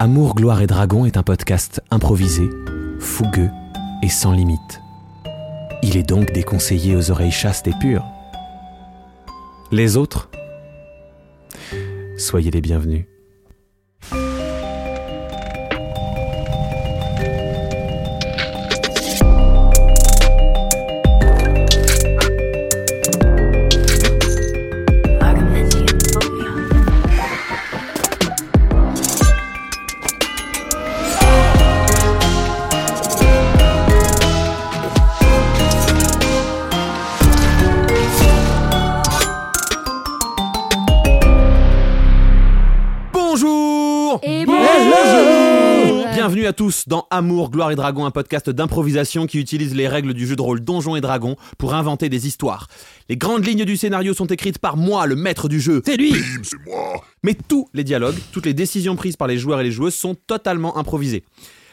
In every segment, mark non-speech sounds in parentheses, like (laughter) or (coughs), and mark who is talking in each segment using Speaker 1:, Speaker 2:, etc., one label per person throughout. Speaker 1: Amour, gloire et dragon est un podcast improvisé, fougueux et sans limite. Il est donc déconseillé aux oreilles chastes et pures. Les autres Soyez les bienvenus. Bonjour
Speaker 2: Et
Speaker 1: Bienvenue à tous dans Amour, Gloire et Dragon, un podcast d'improvisation qui utilise les règles du jeu de rôle Donjons et Dragons pour inventer des histoires. Les grandes lignes du scénario sont écrites par moi, le maître du jeu. C'est lui Mais tous les dialogues, toutes les décisions prises par les joueurs et les joueuses sont totalement improvisées.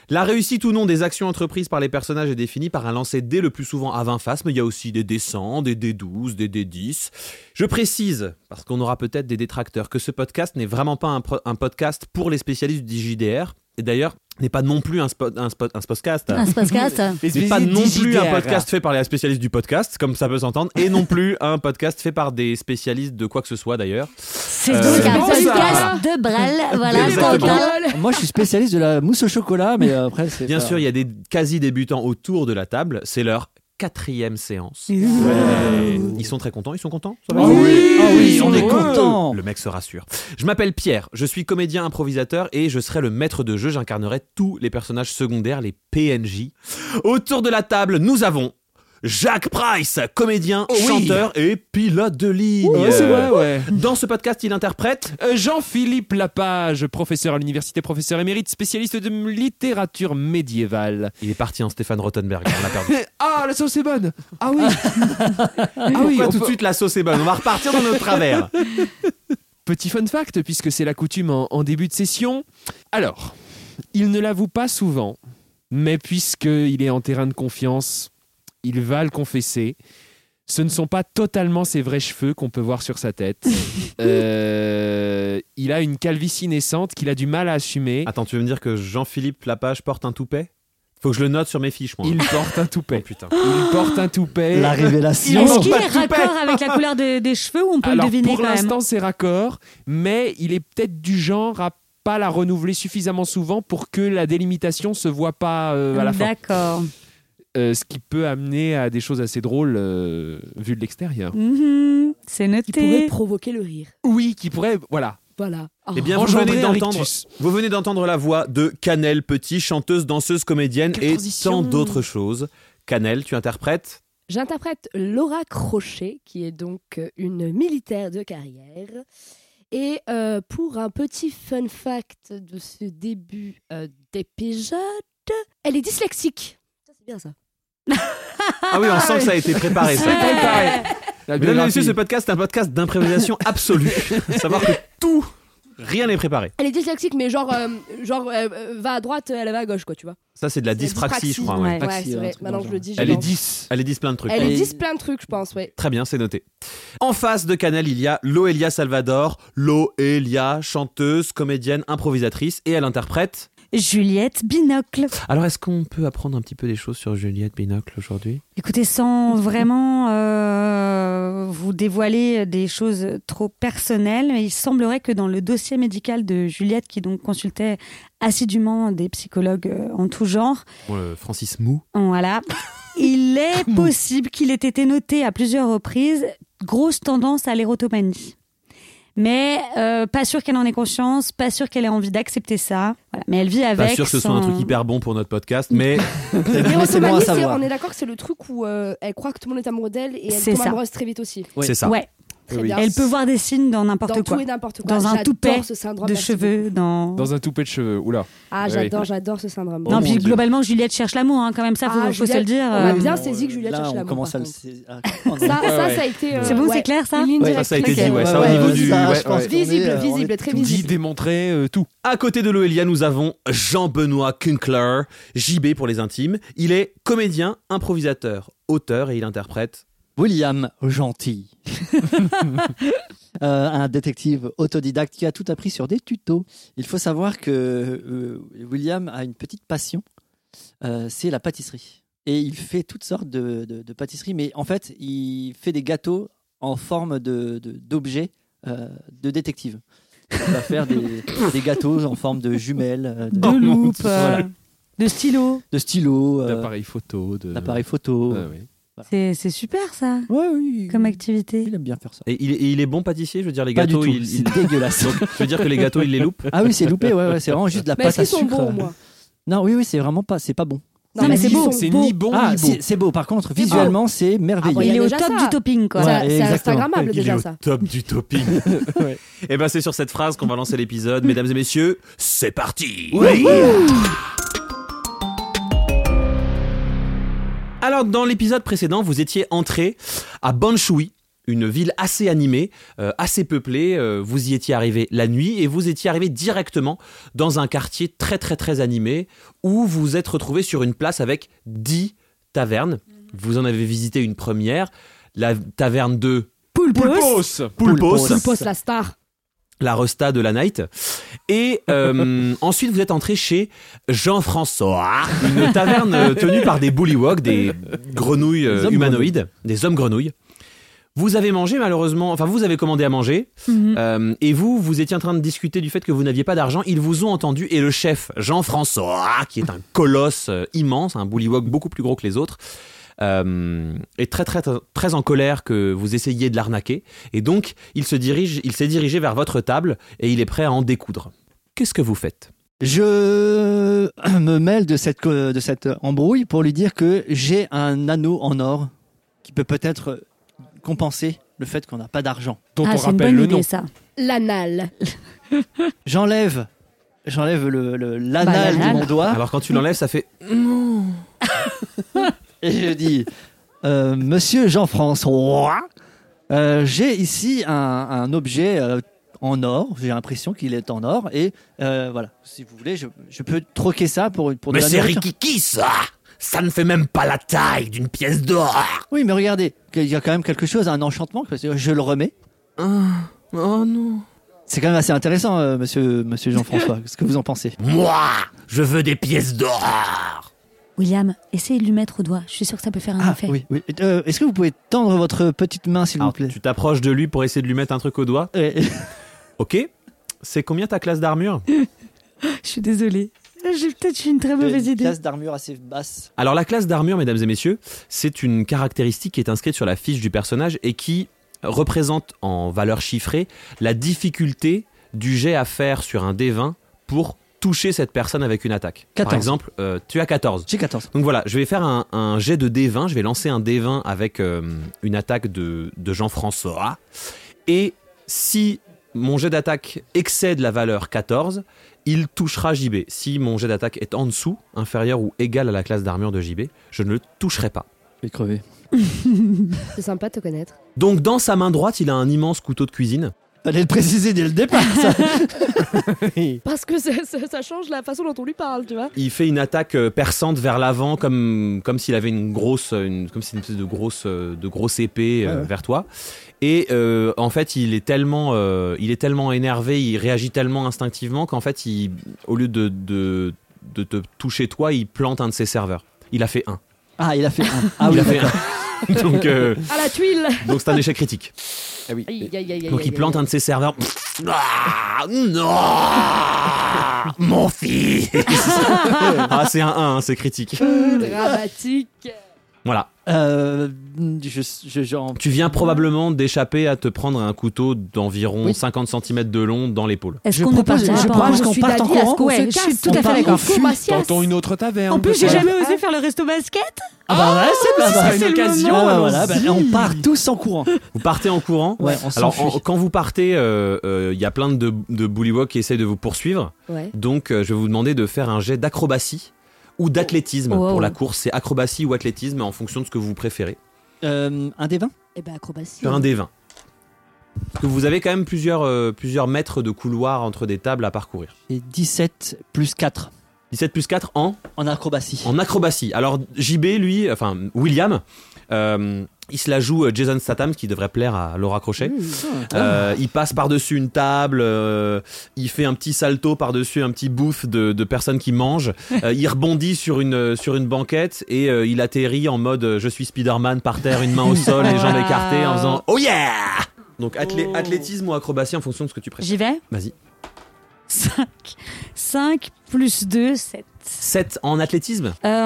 Speaker 1: La réussite ou non des actions entreprises par les personnages est définie par un lancer dé le plus souvent à 20 faces, mais il y a aussi des D100, des D12, des D10. Je précise, parce qu'on aura peut-être des détracteurs, que ce podcast n'est vraiment pas un, pro- un podcast pour les spécialistes du JDR, et d'ailleurs n'est pas non plus un, spo- un, spo- un podcast.
Speaker 2: Un podcast.
Speaker 1: n'est pas non plus un podcast fait par les spécialistes du podcast, comme ça peut s'entendre, et non plus un podcast fait par des spécialistes de quoi que ce soit d'ailleurs.
Speaker 2: C'est
Speaker 1: Euh,
Speaker 2: donc
Speaker 1: c'est
Speaker 2: un
Speaker 1: bon,
Speaker 3: ça.
Speaker 2: podcast de Brel. Voilà,
Speaker 1: Exactement.
Speaker 2: Stendhal.
Speaker 3: Moi, je suis spécialiste de la mousse au chocolat, mais euh, après, c'est.
Speaker 1: Bien
Speaker 3: pas-
Speaker 1: sûr, il y a des quasi-débutants autour de la table, c'est leur quatrième séance. Ils sont très contents, ils sont contents ça va
Speaker 3: Ah oui,
Speaker 1: Ah
Speaker 3: ils
Speaker 1: on
Speaker 3: sont
Speaker 1: est
Speaker 3: heureux.
Speaker 1: contents Le mec se rassure. Je m'appelle Pierre, je suis comédien improvisateur et je serai le maître de jeu, j'incarnerai tous les personnages secondaires, les PNJ. Autour de la table, nous avons Jacques Price, comédien, chanteur et pilote de ligne.
Speaker 3: Ouais, c'est vrai, ouais.
Speaker 1: Dans ce podcast, il interprète
Speaker 4: Euh, Jean-Philippe Lapage, professeur à l'université, professeur émérite, spécialiste de m- littérature médiévale.
Speaker 1: Il est parti en Stéphane Rottenberg, on l'a perdu.
Speaker 4: (laughs) Ah, la sauce est bonne Ah (laughs) oui Ah oui
Speaker 1: Pourquoi
Speaker 4: on
Speaker 1: tout de
Speaker 4: peut-
Speaker 1: suite la sauce est bonne On va repartir dans notre travers.
Speaker 4: Petit fun fact, puisque c'est la coutume en, en début de session. Alors, il ne l'avoue pas souvent, mais puisqu'il est en terrain de confiance, il va le confesser. Ce ne sont pas totalement ses vrais cheveux qu'on peut voir sur sa (laughs) tête. Euh, il a une calvitie naissante qu'il a du mal à assumer.
Speaker 1: Attends, tu veux me dire que Jean-Philippe Lapage porte un toupet Faut que je le note sur mes fiches, moi.
Speaker 4: Il porte un
Speaker 1: Oh,
Speaker 4: toupet.
Speaker 1: putain.
Speaker 4: Il porte un toupet.
Speaker 3: La révélation.
Speaker 1: Ils ont
Speaker 5: Est-ce qu'il
Speaker 1: pas
Speaker 5: est
Speaker 1: de toupet.
Speaker 5: raccord avec la couleur de- des cheveux ou on peut
Speaker 4: Alors,
Speaker 5: le deviner
Speaker 4: pour
Speaker 5: quand même
Speaker 4: l'instant, c'est raccord, mais il est peut-être du genre à pas la renouveler suffisamment souvent pour que la délimitation se voit pas euh, à la fin.
Speaker 5: D'accord.
Speaker 4: Euh, ce qui peut amener à des choses assez drôles euh, vu de l'extérieur.
Speaker 5: Mhm, c'est
Speaker 2: Qui pourrait
Speaker 5: noté.
Speaker 2: provoquer le rire.
Speaker 4: Oui, qui pourrait, voilà,
Speaker 2: Voilà. Oh.
Speaker 1: Eh bien, vous
Speaker 4: engendrer
Speaker 1: venez
Speaker 4: un
Speaker 1: d'entendre
Speaker 4: rictus.
Speaker 1: Vous venez d'entendre la voix de Canel Petit, chanteuse, danseuse, comédienne
Speaker 2: Quelle
Speaker 1: et tant
Speaker 2: transition.
Speaker 1: d'autres choses. Canel, tu interprètes
Speaker 2: J'interprète Laura Crochet, qui est donc euh, une militaire de carrière. Et euh, pour un petit fun fact de ce début euh, d'épisode, elle est dyslexique. Ça, C'est bien ça.
Speaker 1: Ah oui, on sent que ça a été préparé. ça.
Speaker 4: C'est préparé. La
Speaker 1: Mesdames et
Speaker 4: biographie.
Speaker 1: messieurs, ce podcast est un podcast d'improvisation
Speaker 2: (laughs)
Speaker 1: absolue. Savoir que tout, rien n'est préparé.
Speaker 2: Elle est dyslexique, mais genre, euh, genre euh, euh, va à droite, elle va à gauche, quoi, tu vois.
Speaker 1: Ça, c'est de la
Speaker 2: C'est la
Speaker 1: dyspraxie, je crois.
Speaker 2: dyspraxie,
Speaker 1: ouais.
Speaker 5: ouais.
Speaker 2: Ouais,
Speaker 3: Taxi,
Speaker 2: c'est
Speaker 3: un
Speaker 2: vrai.
Speaker 3: truc dans
Speaker 2: Maintenant
Speaker 3: hein, le
Speaker 2: que je
Speaker 3: genre.
Speaker 2: le dis, j'ai
Speaker 4: Elle est
Speaker 2: dans-
Speaker 4: 10.
Speaker 1: Elle est 10 plein de trucs.
Speaker 2: Elle est
Speaker 3: Elle est-
Speaker 2: 10 plein de trucs, je pense, ouais.
Speaker 1: Très bien, c'est noté. En face de Canel, il y a Loelia Salvador. Loelia, chanteuse, comédienne, improvisatrice, et elle interprète.
Speaker 5: Juliette Binocle.
Speaker 1: Alors, est-ce qu'on peut apprendre un petit peu des choses sur Juliette Binocle aujourd'hui
Speaker 5: Écoutez, sans
Speaker 1: Mhm.
Speaker 5: vraiment euh, vous dévoiler des choses trop personnelles, mais il semblerait que dans le dossier médical de Juliette, qui donc consultait assidûment des psychologues euh, en tout genre,
Speaker 1: Bon, le Francis Mou. (laughs)
Speaker 5: Voilà. Il est possible qu'il ait été noté à plusieurs reprises grosse tendance à l'érotomanie. Mais euh, pas sûr qu'elle en ait conscience, pas sûr qu'elle ait envie d'accepter ça. Voilà. Mais elle vit
Speaker 1: Pas
Speaker 5: avec.
Speaker 1: sûr que ce soit un
Speaker 5: son-
Speaker 1: truc hyper bon pour notre podcast, mais
Speaker 3: (laughs) Mais c'est bon à
Speaker 2: L'érotomanie, c'est-
Speaker 3: savoir.
Speaker 2: on est d'accord que c'est le truc où euh, elle croit que tout le monde est amoureux d'elle et elle
Speaker 5: C'est
Speaker 2: tombe
Speaker 5: ça.
Speaker 2: amoureuse très vite aussi.
Speaker 3: Oui.
Speaker 1: c'est ça.
Speaker 5: Ouais,
Speaker 2: Très
Speaker 3: Oui.
Speaker 2: bien.
Speaker 5: elle peut voir des signes dans
Speaker 2: dans
Speaker 5: n'importe
Speaker 2: tout
Speaker 5: quoi.
Speaker 2: et n'importe quoi.
Speaker 5: Dans un
Speaker 2: J'adore
Speaker 5: toupet
Speaker 2: ce syndrome,
Speaker 5: De
Speaker 2: merci beaucoup.
Speaker 5: cheveux, dans.
Speaker 4: Dans un toupet de cheveux, oula.
Speaker 2: Ah,
Speaker 4: Oui.
Speaker 2: j'adore, j'adore ce syndrome.
Speaker 5: non,
Speaker 3: Oh
Speaker 5: puis
Speaker 3: mon Dieu.
Speaker 5: globalement, Juliette cherche l'amour, hein, quand même, ça, faut,
Speaker 2: Ah,
Speaker 5: faut se le
Speaker 2: Juliette,
Speaker 5: dire.
Speaker 2: on a
Speaker 5: euh,
Speaker 2: bien saisi que Juliette
Speaker 3: Là,
Speaker 2: cherchait
Speaker 3: on
Speaker 2: l'amour,
Speaker 3: commence à
Speaker 2: par
Speaker 3: le
Speaker 2: contre.
Speaker 3: saisir. Ah,
Speaker 2: Ça,
Speaker 3: Ouais,
Speaker 2: ça,
Speaker 3: ouais.
Speaker 2: ça a été. euh,
Speaker 5: C'est bon,
Speaker 2: ouais,
Speaker 5: c'est clair, ça
Speaker 2: une ligne
Speaker 3: Ouais, ça,
Speaker 1: ça a été
Speaker 2: directrice.
Speaker 1: dit, ouais,
Speaker 2: Ok.
Speaker 1: ça au
Speaker 2: Ouais,
Speaker 1: niveau
Speaker 2: ouais,
Speaker 1: du.
Speaker 3: ça,
Speaker 1: ouais,
Speaker 3: je pense
Speaker 1: ouais.
Speaker 3: qu'on est,
Speaker 2: Visible,
Speaker 3: euh, on est
Speaker 2: visible, très
Speaker 3: tout
Speaker 2: visible.
Speaker 4: Guy démontrait euh, tout.
Speaker 1: À côté de Loelia, nous avons Jean-Benoît Kunkler, JB pour les intimes. Il est comédien, improvisateur, auteur et il interprète.
Speaker 3: William Gentil. Euh, un détective autodidacte qui a tout appris sur des tutos. Il faut savoir que euh, William a une petite passion, euh, c'est la pâtisserie. Et il fait toutes sortes de, de- de pâtisseries, mais en fait, il fait des gâteaux en forme de- de- d'objets de, de détective. Il va faire des, des gâteaux en forme de jumelles, euh, (laughs) de,
Speaker 5: de loupe,
Speaker 1: Dieu. Voilà.
Speaker 5: euh, de stylo.
Speaker 3: de stylos, euh,
Speaker 4: D'appareil photo. De...
Speaker 3: d'appareils photo.
Speaker 4: Ah, oui.
Speaker 5: C'est c'est super ça,
Speaker 3: Ouais, oui,
Speaker 5: comme
Speaker 3: il,
Speaker 5: activité.
Speaker 3: il aime bien faire ça.
Speaker 1: Et il, est- et il est bon pâtissier, je veux dire, les
Speaker 3: Pas du
Speaker 1: gâteaux,
Speaker 3: tout,
Speaker 1: il,
Speaker 3: c'est
Speaker 1: il-
Speaker 4: (laughs)
Speaker 3: dégueulasse.
Speaker 1: Donc, je veux dire que les gâteaux, il les loupe.
Speaker 3: Ah oui, c'est loupé, ouais, ouais, c'est vraiment juste de la
Speaker 2: (laughs) Mais
Speaker 3: pâte
Speaker 2: est-ce
Speaker 3: à
Speaker 2: qu'ils sont
Speaker 3: sucre.
Speaker 2: bons, moi
Speaker 3: Non, oui, oui, c'est vraiment pas, c'est pas bon.
Speaker 5: Non, mais c'est
Speaker 2: ils
Speaker 5: beau.
Speaker 2: sont
Speaker 4: C'est
Speaker 2: beaux.
Speaker 4: ni bon
Speaker 3: ah,
Speaker 4: ni beau.
Speaker 3: c'est c'est beau. Par contre,
Speaker 2: beau.
Speaker 3: visuellement, c'est merveilleux.
Speaker 2: Ah, bon,
Speaker 5: Il
Speaker 2: y
Speaker 5: est
Speaker 2: a
Speaker 5: au
Speaker 2: déjà
Speaker 5: top
Speaker 2: ça.
Speaker 5: du topping quoi.
Speaker 2: Ça-
Speaker 3: Ouais,
Speaker 2: c'est
Speaker 3: exactement.
Speaker 2: Instagrammable
Speaker 1: Il est
Speaker 2: déjà
Speaker 1: au
Speaker 2: ça.
Speaker 1: top du (laughs) topping.
Speaker 2: (laughs)
Speaker 3: Ouais.
Speaker 1: Et ben c'est sur cette phrase qu'on va lancer l'épisode. Mesdames et messieurs, c'est parti Alors dans l'épisode précédent, vous étiez entré à Banshui, une ville assez animée, euh, assez peuplée. Euh, vous y étiez arrivé la nuit et vous étiez arrivé directement dans un quartier très très très animé où vous vous êtes retrouvé sur une place avec 10 tavernes.
Speaker 2: Mm-hmm.
Speaker 1: Vous en avez visité une première, la taverne de
Speaker 5: Poulpos.
Speaker 4: Poulpos.
Speaker 1: Poulpos,
Speaker 3: Poulpos.
Speaker 2: Poste la star.
Speaker 1: la resta de la night. Et euh, (laughs) ensuite, vous êtes entré chez Jean-François, une taverne euh, tenue par des bullywogs, des grenouilles euh,
Speaker 3: Des hommes
Speaker 1: humanoïdes, des hommes grenouilles. Vous avez mangé malheureusement, enfin vous avez commandé à manger,
Speaker 3: Mm.
Speaker 5: Mhm.
Speaker 1: euh, et vous, vous étiez en train de discuter du fait que vous n'aviez pas d'argent. Ils vous ont entendu, et le chef Jean-François, qui est un colosse euh, immense, un bullywog beaucoup plus gros que les autres, euh, est très très très en colère que vous essayiez de l'arnaquer, et donc il se dirige, il s'est dirigé vers votre table, et il est prêt à en découdre. Qu'est-ce que vous faites
Speaker 3: Je (coughs) me mêle de cette, de cette embrouille pour lui dire que j'ai un anneau en or qui peut peut-être compenser le fait qu'on n'a pas d'argent.
Speaker 4: Dont
Speaker 5: Ah,
Speaker 4: on
Speaker 5: c'est une
Speaker 4: rappelle
Speaker 5: bonne
Speaker 4: le
Speaker 5: idée
Speaker 4: nom.
Speaker 5: ça.
Speaker 2: L'anal.
Speaker 3: J'enlève, j'enlève le, le-
Speaker 2: Bah,
Speaker 3: l'anal
Speaker 5: Banal.
Speaker 3: de mon
Speaker 4: Ah
Speaker 3: doigt
Speaker 1: Alors quand tu l'enlèves, ça fait
Speaker 3: et je dis euh, Monsieur Jean-François, euh, j'ai ici un, un objet euh, en or. J'ai l'impression qu'il est en or et euh, voilà. Si vous voulez, je, je peux troquer ça pour pour de la nourriture.
Speaker 1: Rikiki ça Ça ne fait même pas la taille d'une pièce d'or.
Speaker 3: Oui, mais regardez, il y a quand même quelque chose, un enchantement. parce que Je le remets.
Speaker 1: oh non.
Speaker 3: C'est quand même assez intéressant, euh, monsieur, monsieur
Speaker 5: (laughs)
Speaker 3: Jean-François. ce que vous en pensez
Speaker 1: Moi, je veux des pièces d'or.
Speaker 5: William, essaye de lui mettre au doigt. Je suis sûre que ça peut faire un
Speaker 3: Ah,
Speaker 5: effet.
Speaker 3: oui, oui. Euh, Est-ce que vous pouvez tendre votre petite main, s'il vous
Speaker 1: Alors,
Speaker 3: plaît
Speaker 1: Ah, tu t'approches de lui pour essayer de lui mettre un truc au doigt.
Speaker 3: Ouais.
Speaker 1: Ok. C'est combien ta classe d'armure
Speaker 5: Je suis désolée. J'ai peut-être eu une très mauvaise
Speaker 3: Une
Speaker 5: idée.
Speaker 3: classe d'armure assez basse.
Speaker 1: Alors la classe d'armure, mesdames et messieurs, c'est une caractéristique qui est inscrite sur la fiche du personnage et qui représente en valeur chiffrée la difficulté du jet à faire sur un D20 pour toucher cette personne avec une attaque. Par
Speaker 3: 14.
Speaker 1: exemple, euh, tu as 14.
Speaker 3: J'ai 14.
Speaker 1: Donc voilà, je vais faire un, un jet de D20. Je vais lancer un D20 avec euh, une attaque de, de Jean-François. Et si mon jet d'attaque excède la valeur 14, il touchera JB. Si mon jet d'attaque est en dessous, inférieur ou égal à la classe d'armure de JB, je ne le toucherai pas.
Speaker 3: Je vais crever.
Speaker 2: C'est sympa de te connaître.
Speaker 1: Donc dans sa main droite, il a un immense couteau de cuisine.
Speaker 3: Fallait le préciser dès le départ, ça.
Speaker 2: Parce que ça, ça- ça change la façon dont on lui parle, tu vois.
Speaker 1: Il fait une attaque euh, perçante vers l'avant, comme comme s'il avait une grosse, euh, une- comme si une espèce de grosse, euh, de grosse épée euh,
Speaker 3: Ouais, ouais.
Speaker 1: vers toi. Et euh, en fait, il est tellement, euh, il est tellement énervé, il réagit tellement instinctivement qu'en fait, il, au lieu de, de de te toucher toi, il plante un de ses serveurs. Il a fait un.
Speaker 3: Ah, il a fait un. Ah
Speaker 1: il
Speaker 3: oui,
Speaker 1: a fait
Speaker 3: d'accord.
Speaker 1: un. (laughs) donc euh,
Speaker 2: À la tuile
Speaker 1: donc c'est un échec critique.
Speaker 2: Aïe, aïe, aïe, aïe,
Speaker 1: Donc
Speaker 2: aïe,
Speaker 1: il plante
Speaker 2: aïe.
Speaker 1: un de ses
Speaker 3: (laughs)
Speaker 1: serveurs. Ah, non, mon fils.
Speaker 3: (laughs)
Speaker 1: ah c'est un 1, c'est critique.
Speaker 2: Dramatique.
Speaker 1: Voilà.
Speaker 3: Euh, je, je, j'en-
Speaker 1: Tu viens probablement d'échapper à te prendre un couteau d'environ
Speaker 3: Oui.
Speaker 1: 50 cm de long dans l'épaule.
Speaker 5: Est-ce
Speaker 3: Je
Speaker 5: Bah, qu'on ne
Speaker 3: propose-
Speaker 5: parle pas
Speaker 3: je
Speaker 5: pas
Speaker 3: propose
Speaker 5: en-
Speaker 3: qu'on
Speaker 2: suis
Speaker 3: parte en
Speaker 2: d'avis à ce
Speaker 3: courant,
Speaker 2: qu'on
Speaker 5: Ouais,
Speaker 2: se
Speaker 5: je suis
Speaker 2: casse,
Speaker 5: tout
Speaker 2: on
Speaker 5: à
Speaker 2: part
Speaker 5: fait d'accord.
Speaker 2: en fou, Mathias.
Speaker 4: Tentons une autre taverne.
Speaker 5: En plus, j'ai
Speaker 4: peut-être.
Speaker 5: jamais osé faire le resto basket.
Speaker 3: Ah bah ouais, c'est pas mal.
Speaker 5: c'est
Speaker 3: Ah
Speaker 5: l'occasion,
Speaker 3: bah voilà, bah, on part tous en courant.
Speaker 1: Vous partez en courant.
Speaker 3: Ouais, on
Speaker 1: Alors en-
Speaker 3: s'enfuit.
Speaker 1: quand vous partez, euh, il y a plein de, de bullywogs qui essayent de vous poursuivre.
Speaker 2: Ouais.
Speaker 1: Donc euh, je vais vous demander de faire un jet d'acrobatie ou
Speaker 3: Oh,
Speaker 1: d'athlétisme
Speaker 5: Wow.
Speaker 1: pour la course. C'est acrobatie ou athlétisme en fonction de ce que vous préférez.
Speaker 3: Euh, un des 20
Speaker 2: Et ben acrobatie.
Speaker 1: Faire un des 20. Parce que vous avez quand même plusieurs, euh, plusieurs mètres de couloir entre des tables à parcourir.
Speaker 3: Et 17 plus 4
Speaker 1: 17 plus 4 en
Speaker 3: en acrobatie.
Speaker 1: En acrobatie. Alors JB, lui, enfin William, euh, Il se la joue euh, Jason Statham, ce qui devrait plaire à Laura Crochet. Euh, il passe par-dessus une table, euh, il fait un petit salto par-dessus un petit bouffe de, de personnes qui mangent, Euh, il rebondit sur une, euh, sur une banquette et euh, il atterrit en mode euh, je suis Spider-Man par terre, une main au sol, les jambes
Speaker 5: Wow.
Speaker 1: écartées en faisant Oh yeah Donc athlé-
Speaker 5: Oh.
Speaker 1: athlétisme ou acrobatie en fonction de ce que tu préfères.
Speaker 5: J'y vais
Speaker 1: Vas-y.
Speaker 5: 5. 5 plus 2, 7.
Speaker 1: 7 en athlétisme
Speaker 5: Euh,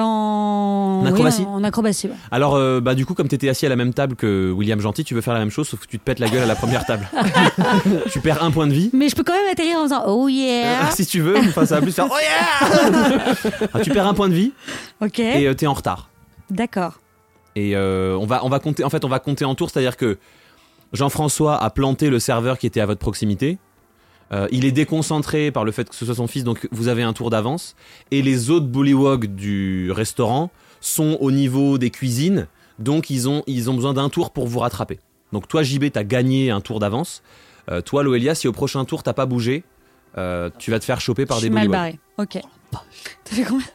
Speaker 1: En
Speaker 5: en... oui,
Speaker 1: acrobatie
Speaker 5: en, en acrobatie, ouais.
Speaker 1: Alors euh, bah du coup comme t'étais assis à la même table que William Gentil, tu veux faire la même chose sauf que tu te pètes la gueule à la première table. tu perds un point de vie.
Speaker 5: Mais je peux quand même atterrir en faisant Oh
Speaker 1: (laughs)
Speaker 5: yeah
Speaker 1: si tu veux, enfin, ça va plus faire Oh yeah Ah, Tu perds un point de vie
Speaker 5: Ok,
Speaker 1: et euh, t'es en retard.
Speaker 5: d'accord.
Speaker 1: Et euh, on va on va compter en fait on va compter en tour, c'est-à-dire que Jean-François a planté le serveur qui était à votre proximité. Euh, il est déconcentré par le fait que ce soit son fils, donc vous avez un tour d'avance. Et les autres bullywogs du restaurant sont au niveau des cuisines, donc ils ont, ils ont besoin d'un tour pour vous rattraper. Donc toi, JB, t'as gagné un tour d'avance. Euh, toi, Loelia, si au prochain tour t'as pas bougé, euh, tu vas te faire choper par des
Speaker 5: je
Speaker 1: Oh,
Speaker 5: suis mal
Speaker 1: bullywogs.
Speaker 5: barré. Ok. T'as fait combien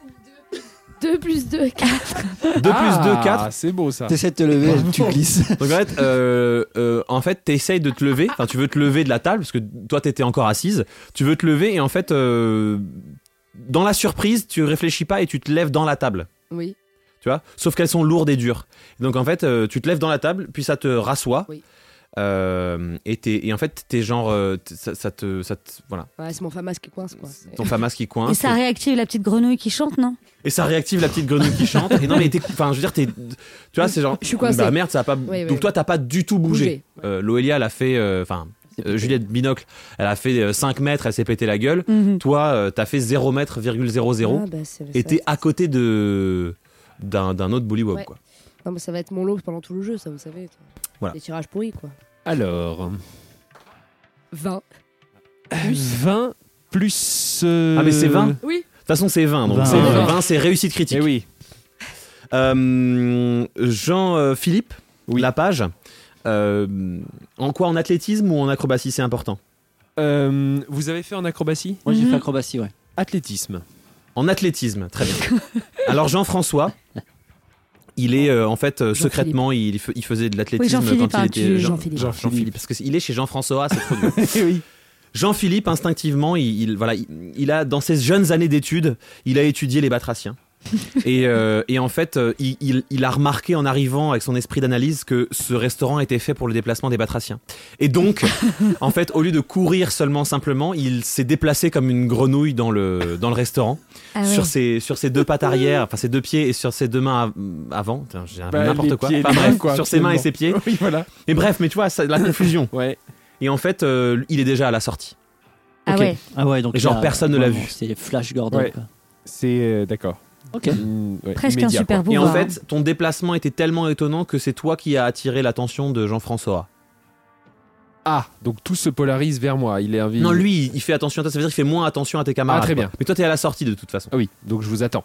Speaker 2: 2 plus 2, 4.
Speaker 1: 2 plus 2, 4.
Speaker 4: Ah, c'est beau ça.
Speaker 3: T'essaies de te lever, tu glisses.
Speaker 1: Donc en fait, euh, euh, en fait, t'essayes de te lever. Enfin, tu veux te lever de la table parce que toi, t'étais encore assise. Tu veux te lever et en fait, euh, dans la surprise, tu réfléchis pas et tu te lèves dans la table.
Speaker 2: Oui.
Speaker 1: Tu vois Sauf qu'elles sont lourdes et dures. Donc en fait, euh, tu te lèves dans la table, puis ça te rassoit.
Speaker 2: Oui.
Speaker 1: Euh, et, t'es- et en fait, t'es genre, euh, t- ça, ça te, ça te- voilà,
Speaker 2: Ouais, c'est mon famas qui coince, quoi.
Speaker 1: ton famas qui coince.
Speaker 5: Et ça réactive la petite grenouille qui chante, non
Speaker 1: Et ça réactive la petite grenouille qui chante. Et non, mais t'es- enfin, je veux dire, t'es- tu vois, c'est genre.
Speaker 2: Je suis coincée.
Speaker 1: Bah merde, ça a pas.
Speaker 2: oui,
Speaker 1: Donc
Speaker 2: oui.
Speaker 1: toi, t'as pas du tout bougé.
Speaker 2: Bougé,
Speaker 1: Euh, Loelia, elle a fait. euh, Enfin, (laughs) euh, Juliette Binocle, elle a fait euh, 5 mètres, elle s'est pété la gueule.
Speaker 5: Mhm.
Speaker 1: Toi, euh, t'as fait 0 mètre, 0,00.
Speaker 2: Ah, bah, c'est-
Speaker 1: et
Speaker 2: ça-
Speaker 1: t'es à côté de. D'un d'un autre bullywog,
Speaker 2: Ouais.
Speaker 1: quoi.
Speaker 2: Non, mais ça va être mon lot pendant tout le jeu, ça, vous savez.
Speaker 1: Voilà.
Speaker 2: Des tirages pourris, quoi.
Speaker 4: Alors,
Speaker 2: 20.
Speaker 4: 20 plus. euh,
Speaker 1: Ah, mais c'est Eh 20.
Speaker 2: Oui.
Speaker 1: De toute façon, c'est 20. Donc,
Speaker 3: 20.
Speaker 1: c'est
Speaker 4: C'est
Speaker 1: 20,
Speaker 4: 20.
Speaker 1: c'est réussite
Speaker 4: Et
Speaker 1: critique.
Speaker 4: oui.
Speaker 1: Euh, Jean-Philippe, Lapage, euh, en quoi En athlétisme ou en acrobatie C'est important.
Speaker 4: Euh, vous avez fait en acrobatie
Speaker 3: Moi, j'ai
Speaker 5: Mhm.
Speaker 3: fait acrobatie, ouais.
Speaker 4: Athlétisme.
Speaker 1: En athlétisme, très bien. Alors Jean-François, il est euh, en fait euh,
Speaker 2: Jean-Philippe.
Speaker 1: secrètement, il, fe- il faisait de
Speaker 5: Oui,
Speaker 1: l'athlétisme
Speaker 5: Jean-Philippe,
Speaker 1: quand il
Speaker 5: hein,
Speaker 1: était
Speaker 5: tu-
Speaker 1: Jean-
Speaker 2: Jean-Philippe.
Speaker 1: Jean- Jean-Philippe, parce qu'il est chez Jean-François, c'est trop dur.
Speaker 4: oui.
Speaker 1: (laughs) Jean-Philippe, instinctivement, il, il- voilà, il, il a, dans ses jeunes années d'études, il a étudié les batraciens. et, euh, et en fait, euh, il, il- il a remarqué en arrivant avec son esprit d'analyse que ce restaurant était fait pour le déplacement des batraciens. Et donc, en fait, au lieu de courir seulement simplement, il s'est déplacé comme une grenouille dans le, dans le restaurant,
Speaker 5: Ah
Speaker 1: sur,
Speaker 5: ouais.
Speaker 1: ses, sur ses deux pattes arrière, enfin ses deux pieds et sur ses deux mains av- avant, Putain, j'ai un-
Speaker 4: Bah,
Speaker 1: n'importe
Speaker 4: les
Speaker 1: quoi.
Speaker 4: pieds,
Speaker 1: Enfin
Speaker 4: les
Speaker 1: bref,
Speaker 4: mains, quoi,
Speaker 1: sur ses mains et ses pieds.
Speaker 4: finalement. Oui, voilà.
Speaker 1: Mais bref, mais tu vois,
Speaker 4: (coughs)
Speaker 1: ça- la confusion.
Speaker 4: Ouais.
Speaker 1: Et en fait, euh, il est déjà à la sortie.
Speaker 5: Ah
Speaker 3: Ok.
Speaker 5: ouais.
Speaker 3: Ah ouais, donc.
Speaker 1: Et genre,
Speaker 3: là,
Speaker 1: personne ne l'a
Speaker 3: vraiment,
Speaker 1: vu.
Speaker 3: C'est les Flash Gordon.
Speaker 4: Ouais.
Speaker 3: quoi.
Speaker 4: C'est. euh, D'accord.
Speaker 3: Ok.
Speaker 4: Mm, ouais,
Speaker 5: Presque
Speaker 4: immédiat,
Speaker 5: un super
Speaker 4: quoi.
Speaker 1: Et
Speaker 5: pouvoir.
Speaker 1: en fait, ton déplacement était tellement étonnant que c'est toi qui as attiré l'attention de Jean-François.
Speaker 4: Ah, donc tout se polarise vers moi. Il est invi-
Speaker 1: Non, lui, il fait attention à toi, ça veut dire qu'il fait moins attention à tes camarades.
Speaker 4: Ah, très
Speaker 1: quoi.
Speaker 4: bien.
Speaker 1: Mais toi, t'es à la sortie de toute façon.
Speaker 4: Ah oui, donc je vous attends.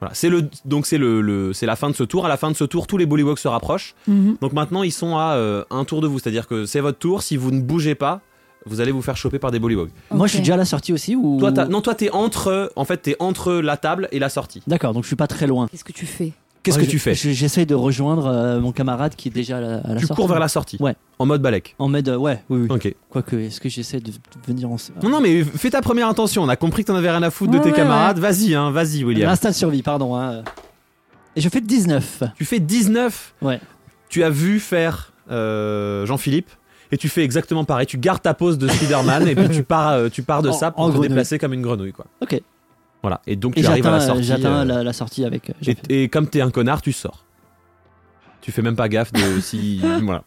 Speaker 1: Voilà. C'est le, donc c'est le, le- c'est la fin de ce tour. À la fin de ce tour, tous les Bullywogs se rapprochent.
Speaker 5: Mhm.
Speaker 1: Donc maintenant, ils sont à euh, un tour de vous, c'est-à-dire que c'est votre tour. Si vous ne bougez pas, vous allez vous faire choper par des Bullywogs.
Speaker 3: Moi, je suis
Speaker 5: Ok.
Speaker 3: déjà à la sortie aussi ou.
Speaker 1: Toi, t'as- non, toi, t'es entre, en fait, t'es entre la table et la sortie.
Speaker 3: D'accord, donc je suis pas très loin.
Speaker 2: Qu'est-ce que tu fais
Speaker 1: Qu'est-ce
Speaker 3: Ouais,
Speaker 1: que
Speaker 3: je-
Speaker 1: tu fais
Speaker 3: je- J'essaye de rejoindre euh, mon camarade qui est déjà à la, à la
Speaker 1: Tu
Speaker 3: sortie.
Speaker 1: cours vers la sortie.
Speaker 3: Ouais.
Speaker 1: En mode balèque.
Speaker 3: En mode, euh, ouais, oui, oui.
Speaker 1: Ok.
Speaker 3: Quoique, est-ce que j'essaie de venir en.
Speaker 1: Non, non, mais fais ta première intention. On a compris que t'en avais rien à foutre de
Speaker 5: Ouais,
Speaker 1: tes
Speaker 5: ouais,
Speaker 1: camarades. Vas-y, hein, vas-y, William.
Speaker 3: L'instinct de survie, pardon. hein. Et je fais 19.
Speaker 1: Tu fais 19.
Speaker 3: Ouais.
Speaker 1: Tu as vu faire euh, Jean-Philippe. Et tu fais exactement pareil. Tu gardes ta pose de
Speaker 3: (laughs)
Speaker 1: Spider-Man et puis tu pars, euh, tu pars de
Speaker 3: En-
Speaker 1: ça pour
Speaker 3: en
Speaker 1: te
Speaker 3: grenouille.
Speaker 1: déplacer comme une grenouille. Quoi.
Speaker 3: Ok.
Speaker 1: Voilà. Et donc
Speaker 3: Et
Speaker 1: tu arrives à
Speaker 3: j'atteins
Speaker 1: la sortie.
Speaker 3: j'atteins
Speaker 1: euh,
Speaker 3: la, la sortie avec. euh, j'ai
Speaker 1: et,
Speaker 3: fait.
Speaker 1: et comme t'es un connard, tu sors. Tu fais même pas gaffe
Speaker 3: (laughs)
Speaker 1: de si. voilà.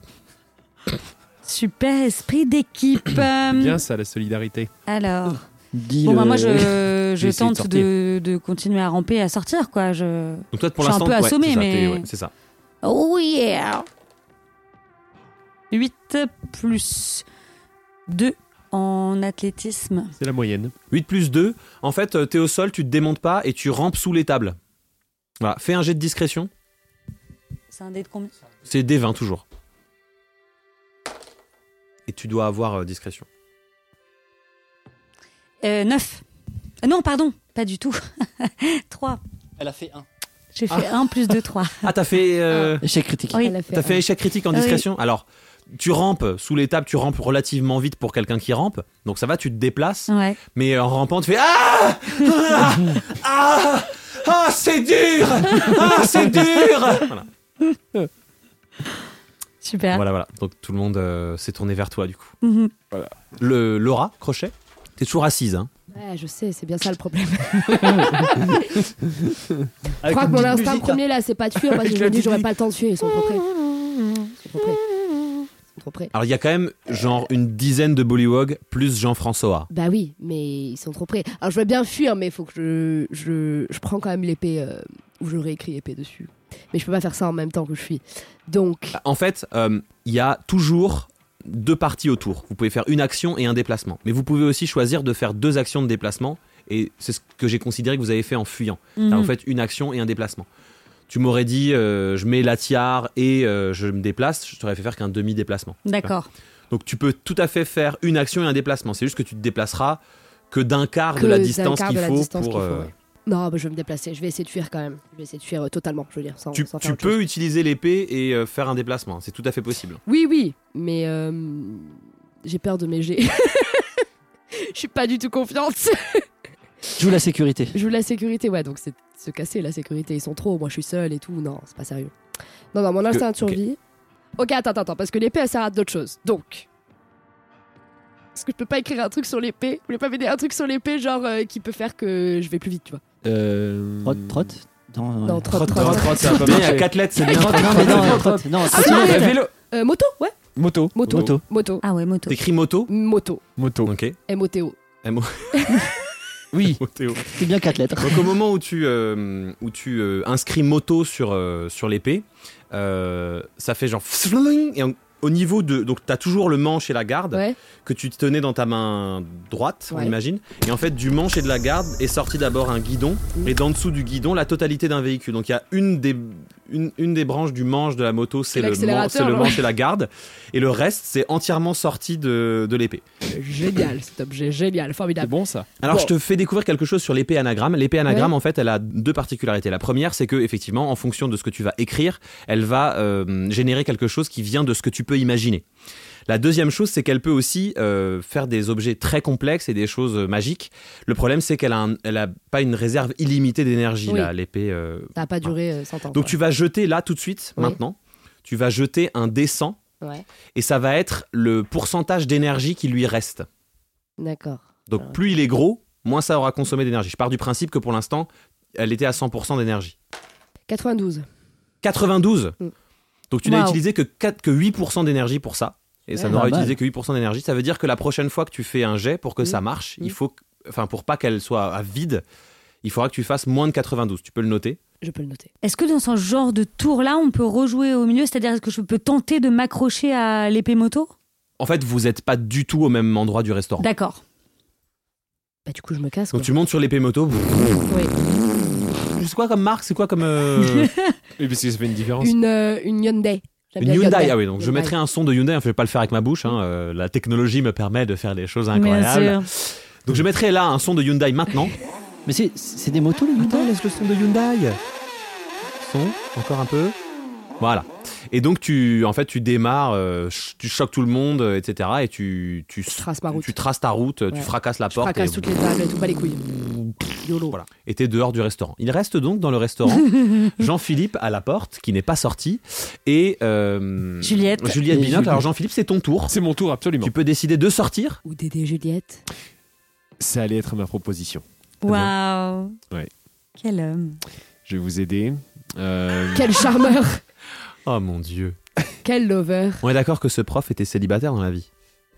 Speaker 5: Super esprit d'équipe.
Speaker 1: (coughs)
Speaker 4: C'est
Speaker 1: Hum.
Speaker 5: Euh,
Speaker 4: Bien ça, la solidarité.
Speaker 5: Alors.
Speaker 3: Dis
Speaker 5: Bon,
Speaker 3: le-
Speaker 5: bah,
Speaker 1: euh,
Speaker 5: moi, je,
Speaker 1: J'ai
Speaker 5: je
Speaker 1: essayé de
Speaker 5: tente de, de continuer à ramper, à sortir, quoi. Je...
Speaker 1: Donc toi pour
Speaker 5: Je suis
Speaker 1: l'instant.
Speaker 5: un peu
Speaker 1: ouais,
Speaker 5: assommé,
Speaker 1: c'est ça,
Speaker 5: mais-
Speaker 1: t'es- ouais, c'est ça.
Speaker 5: Oh yeah 8 plus 2 en athlétisme.
Speaker 4: C'est la moyenne.
Speaker 1: 8 plus 2. En fait, euh, t'es au sol, tu te démontes pas et tu rampes sous les tables. Voilà. Fais un jet de discrétion.
Speaker 5: C'est un dé de combien
Speaker 1: C'est D20 toujours. Et tu dois avoir euh, discrétion.
Speaker 5: Euh, 9. Non, pardon, Euh, pas du tout. (laughs) 3.
Speaker 3: Elle a fait 1.
Speaker 5: J'ai fait 1 plus 2,
Speaker 1: (laughs)
Speaker 5: 3.
Speaker 1: Ah, t'as fait, euh,
Speaker 3: Échec critique.
Speaker 5: Oui.
Speaker 2: Elle a fait
Speaker 1: t'as
Speaker 2: un.
Speaker 1: fait échec critique en
Speaker 5: Ah oui.
Speaker 1: discrétion Alors, tu rampes sous les tables, tu rampes relativement vite pour quelqu'un qui rampe. Donc ça va, tu te déplaces.
Speaker 5: Ouais.
Speaker 1: Mais en rampant, tu fais Ah Ah Ah, Ah, c'est dur Ah, c'est dur voilà.
Speaker 5: Super.
Speaker 1: voilà, voilà. Donc tout le monde euh, s'est tourné vers toi, du coup.
Speaker 5: Mhm.
Speaker 1: Le, Laura, crochet, t'es toujours assise, hein
Speaker 2: Ah, Ouais, je sais, c'est bien ça le problème. Je
Speaker 3: Avec
Speaker 2: crois que
Speaker 3: une
Speaker 2: mon
Speaker 3: petite
Speaker 2: instinct
Speaker 3: musique,
Speaker 2: premier là, c'est pas de fuir
Speaker 1: (laughs)
Speaker 2: parce que je me dis j'aurais pas le temps de fuir, ils sont trop près. Ils sont trop près. Ils sont trop près.
Speaker 1: Alors il y a quand même genre une dizaine de Bullywog plus Jean-François.
Speaker 2: Bah oui, mais ils sont trop près. Alors je veux bien fuir, mais il faut que je, je, je prends quand même l'épée euh, où je réécris épée dessus. Mais je peux pas faire ça en même temps que je fuis. Donc,
Speaker 1: En fait, euh, il y a toujours deux parties autour. Vous pouvez faire une action et un déplacement. Mais vous pouvez aussi choisir de faire deux actions de déplacement. Et c'est ce que j'ai considéré que vous avez fait en fuyant.
Speaker 5: Mhm.
Speaker 1: en fait une action et un déplacement. Tu m'aurais dit, euh, je mets la tiare et euh, je me déplace, je t'aurais fait faire qu'un demi-déplacement.
Speaker 5: D'accord.
Speaker 1: Donc tu peux tout à fait faire une action et un déplacement. C'est juste que tu te déplaceras que d'un quart
Speaker 2: que
Speaker 1: de la
Speaker 2: d'un
Speaker 1: distance
Speaker 2: quart
Speaker 1: qu'il
Speaker 2: de la
Speaker 1: faut
Speaker 2: distance
Speaker 1: pour.
Speaker 2: qu'il faut,
Speaker 1: euh,
Speaker 2: ouais. Non, bah, je vais me déplacer. Je vais essayer de fuir quand même. Je vais essayer de fuir euh, totalement, je veux dire. Sans,
Speaker 1: Tu,
Speaker 2: sans faire
Speaker 1: tu
Speaker 2: autre
Speaker 1: peux
Speaker 2: chose.
Speaker 1: utiliser l'épée et euh, faire un déplacement. C'est tout à fait possible.
Speaker 2: Oui, oui, mais euh, j'ai peur de mes jets. (laughs) Je suis pas du tout confiante.
Speaker 3: Joue la sécurité.
Speaker 2: Je veux la sécurité, ouais, donc c'est se casser la sécurité. Ils sont trop, moi je suis seule et tout. Non, c'est pas sérieux. Non, non, mon instinct de
Speaker 1: ok.
Speaker 2: survie. Ok, attends, attends, attends, parce que l'épée elle sert à d'autres choses. Donc. Est-ce que je peux pas écrire un truc sur l'épée Vous voulez pas m'aider un truc sur l'épée, genre euh, qui peut faire que je vais plus vite, tu vois
Speaker 4: Euh...
Speaker 3: Trotte, trotte. Dans,
Speaker 2: Non, trotte, trotte.
Speaker 4: trotte, trotte, ça va pas
Speaker 1: Mais à
Speaker 4: marcher.
Speaker 1: quatre lettres, c'est bien.
Speaker 3: Trotte, non, mais non, trotte. Non,
Speaker 2: Ah,
Speaker 3: sinon,
Speaker 2: oui,
Speaker 4: Euh,
Speaker 2: oui.
Speaker 4: vélo.
Speaker 2: Euh, moto Ouais,
Speaker 4: Moto.
Speaker 2: Moto.
Speaker 3: Moto.
Speaker 2: moto.
Speaker 5: Ah ouais,
Speaker 1: (laughs)
Speaker 5: moto.
Speaker 1: T'écris moto.
Speaker 2: Moto.
Speaker 4: Moto.
Speaker 1: Ok.
Speaker 2: M-O-T-O.
Speaker 4: Oui.
Speaker 1: Motéo.
Speaker 3: C'est bien quatre lettres.
Speaker 1: Donc au moment où tu, euh, où tu euh, inscris moto sur, euh, sur l'épée, euh, ça fait genre... fling Et en- au niveau de... Donc tu as toujours le manche et la garde
Speaker 2: Ouais.
Speaker 1: que tu tenais dans ta main droite, on
Speaker 2: Ouais.
Speaker 1: imagine. Et en fait, du manche et de la garde est sorti d'abord un guidon,
Speaker 2: Mm.
Speaker 1: et d'en dessous du guidon, la totalité d'un véhicule. Donc il y a une des, une, une des branches du manche de la moto, c'est le, man-
Speaker 2: L'accélérateur,
Speaker 1: c'est le
Speaker 2: là.
Speaker 1: manche et la garde. Et le reste, c'est entièrement sorti de, de l'épée.
Speaker 2: Génial, cet objet, génial,
Speaker 4: C'est
Speaker 2: formidable.
Speaker 4: bon ça.
Speaker 1: Alors
Speaker 2: Bon.
Speaker 1: je te fais découvrir quelque chose sur l'épée anagramme. L'épée anagramme en fait elle a deux particularités. La première c'est que effectivement en fonction de ce que tu vas écrire, elle va euh, générer quelque chose qui vient de ce que tu peux imaginer. La deuxième chose c'est qu'elle peut aussi euh, faire des objets très complexes et des choses euh, magiques. Le problème c'est qu'elle a, un- elle a pas une réserve illimitée d'énergie
Speaker 2: Oui.
Speaker 1: là l'épée. euh.
Speaker 2: Ça a pas duré euh, 100 ans.
Speaker 1: Donc tu vas jeter là tout de suite
Speaker 2: Oui.
Speaker 1: maintenant. Tu vas jeter un dessin
Speaker 2: tu. Ouais,
Speaker 1: et ça va être le pourcentage d'énergie qui lui reste.
Speaker 2: d'accord.
Speaker 1: Donc
Speaker 2: Ah ouais.
Speaker 1: plus il est gros, moins ça aura consommé d'énergie. Je pars du principe que pour l'instant, elle était à 100% d'énergie.
Speaker 2: 92.
Speaker 1: 92
Speaker 2: Mm.
Speaker 1: Donc tu n'as
Speaker 5: Waouh.
Speaker 1: utilisé que, 4, que 8% d'énergie pour ça. Et ça
Speaker 2: Ouais.
Speaker 1: n'aura
Speaker 3: Pas mal.
Speaker 1: utilisé que 8% d'énergie. Ça veut dire que la prochaine fois que tu fais un jet, pour que
Speaker 2: Mm.
Speaker 1: ça marche,
Speaker 2: Mm.
Speaker 1: il faut... que- Enfin, pour pas qu'elle soit à vide, il faudra que tu fasses moins de 92. Tu peux le noter.
Speaker 2: Je peux le noter.
Speaker 5: Est-ce que dans ce genre de tour-là, on peut rejouer au milieu C'est-à-dire, est-ce que je peux tenter de m'accrocher à l'épée moto
Speaker 1: En fait, vous n'êtes pas du tout au même endroit du restaurant.
Speaker 5: D'accord.
Speaker 2: Bah, du coup, je me casse.
Speaker 1: Donc
Speaker 2: quoi.
Speaker 1: tu montes sur l'épée moto.
Speaker 2: Oui.
Speaker 1: C'est quoi comme marque C'est quoi comme... euh,
Speaker 4: Oui, parce que ça fait une différence.
Speaker 2: Une, euh, une Hyundai. J'aime
Speaker 1: Une
Speaker 2: bien
Speaker 1: Hyundai, ah oui, donc je
Speaker 2: Hyundai.
Speaker 1: mettrai un son de Hyundai, je vais pas le faire avec ma bouche, hein, euh, la technologie me permet de faire des choses incroyables.
Speaker 5: Bien sûr.
Speaker 1: Donc je mettrai là un son de Hyundai maintenant.
Speaker 3: Mais c'est- c'est des motos, les motos
Speaker 1: laisse le son de Hyundai. Son, encore un peu. Voilà. Et donc tu, en fait, tu démarres, euh, ch- tu choques tout le monde, euh, etc. Et tu, tu,
Speaker 2: Je trace ma route.
Speaker 1: tu traces ta route, tu
Speaker 2: Ouais.
Speaker 1: fracasses la
Speaker 2: Je
Speaker 1: porte.
Speaker 2: fracasse
Speaker 1: et...
Speaker 2: toutes les tables et tout, pas les couilles. YOLO.
Speaker 1: Voilà. Et t'es dehors du restaurant. Il reste donc dans le (laughs) restaurant Jean-Philippe à la porte, qui n'est pas sorti, et euh,
Speaker 5: Juliette.
Speaker 1: Juliette
Speaker 3: Et
Speaker 1: Binocle. Alors
Speaker 3: Juliette.
Speaker 1: Jean-Philippe, c'est ton tour.
Speaker 4: C'est mon tour absolument.
Speaker 1: Tu peux décider de sortir
Speaker 2: Ou Dédé Juliette.
Speaker 4: Ça allait être ma proposition.
Speaker 5: Waouh.
Speaker 4: Ouais.
Speaker 5: Quel homme.
Speaker 4: Je vais vous aider. Euh,
Speaker 2: Quel charmeur
Speaker 1: Oh mon dieu.
Speaker 2: Quel lover
Speaker 1: On est d'accord que ce prof était célibataire dans la vie.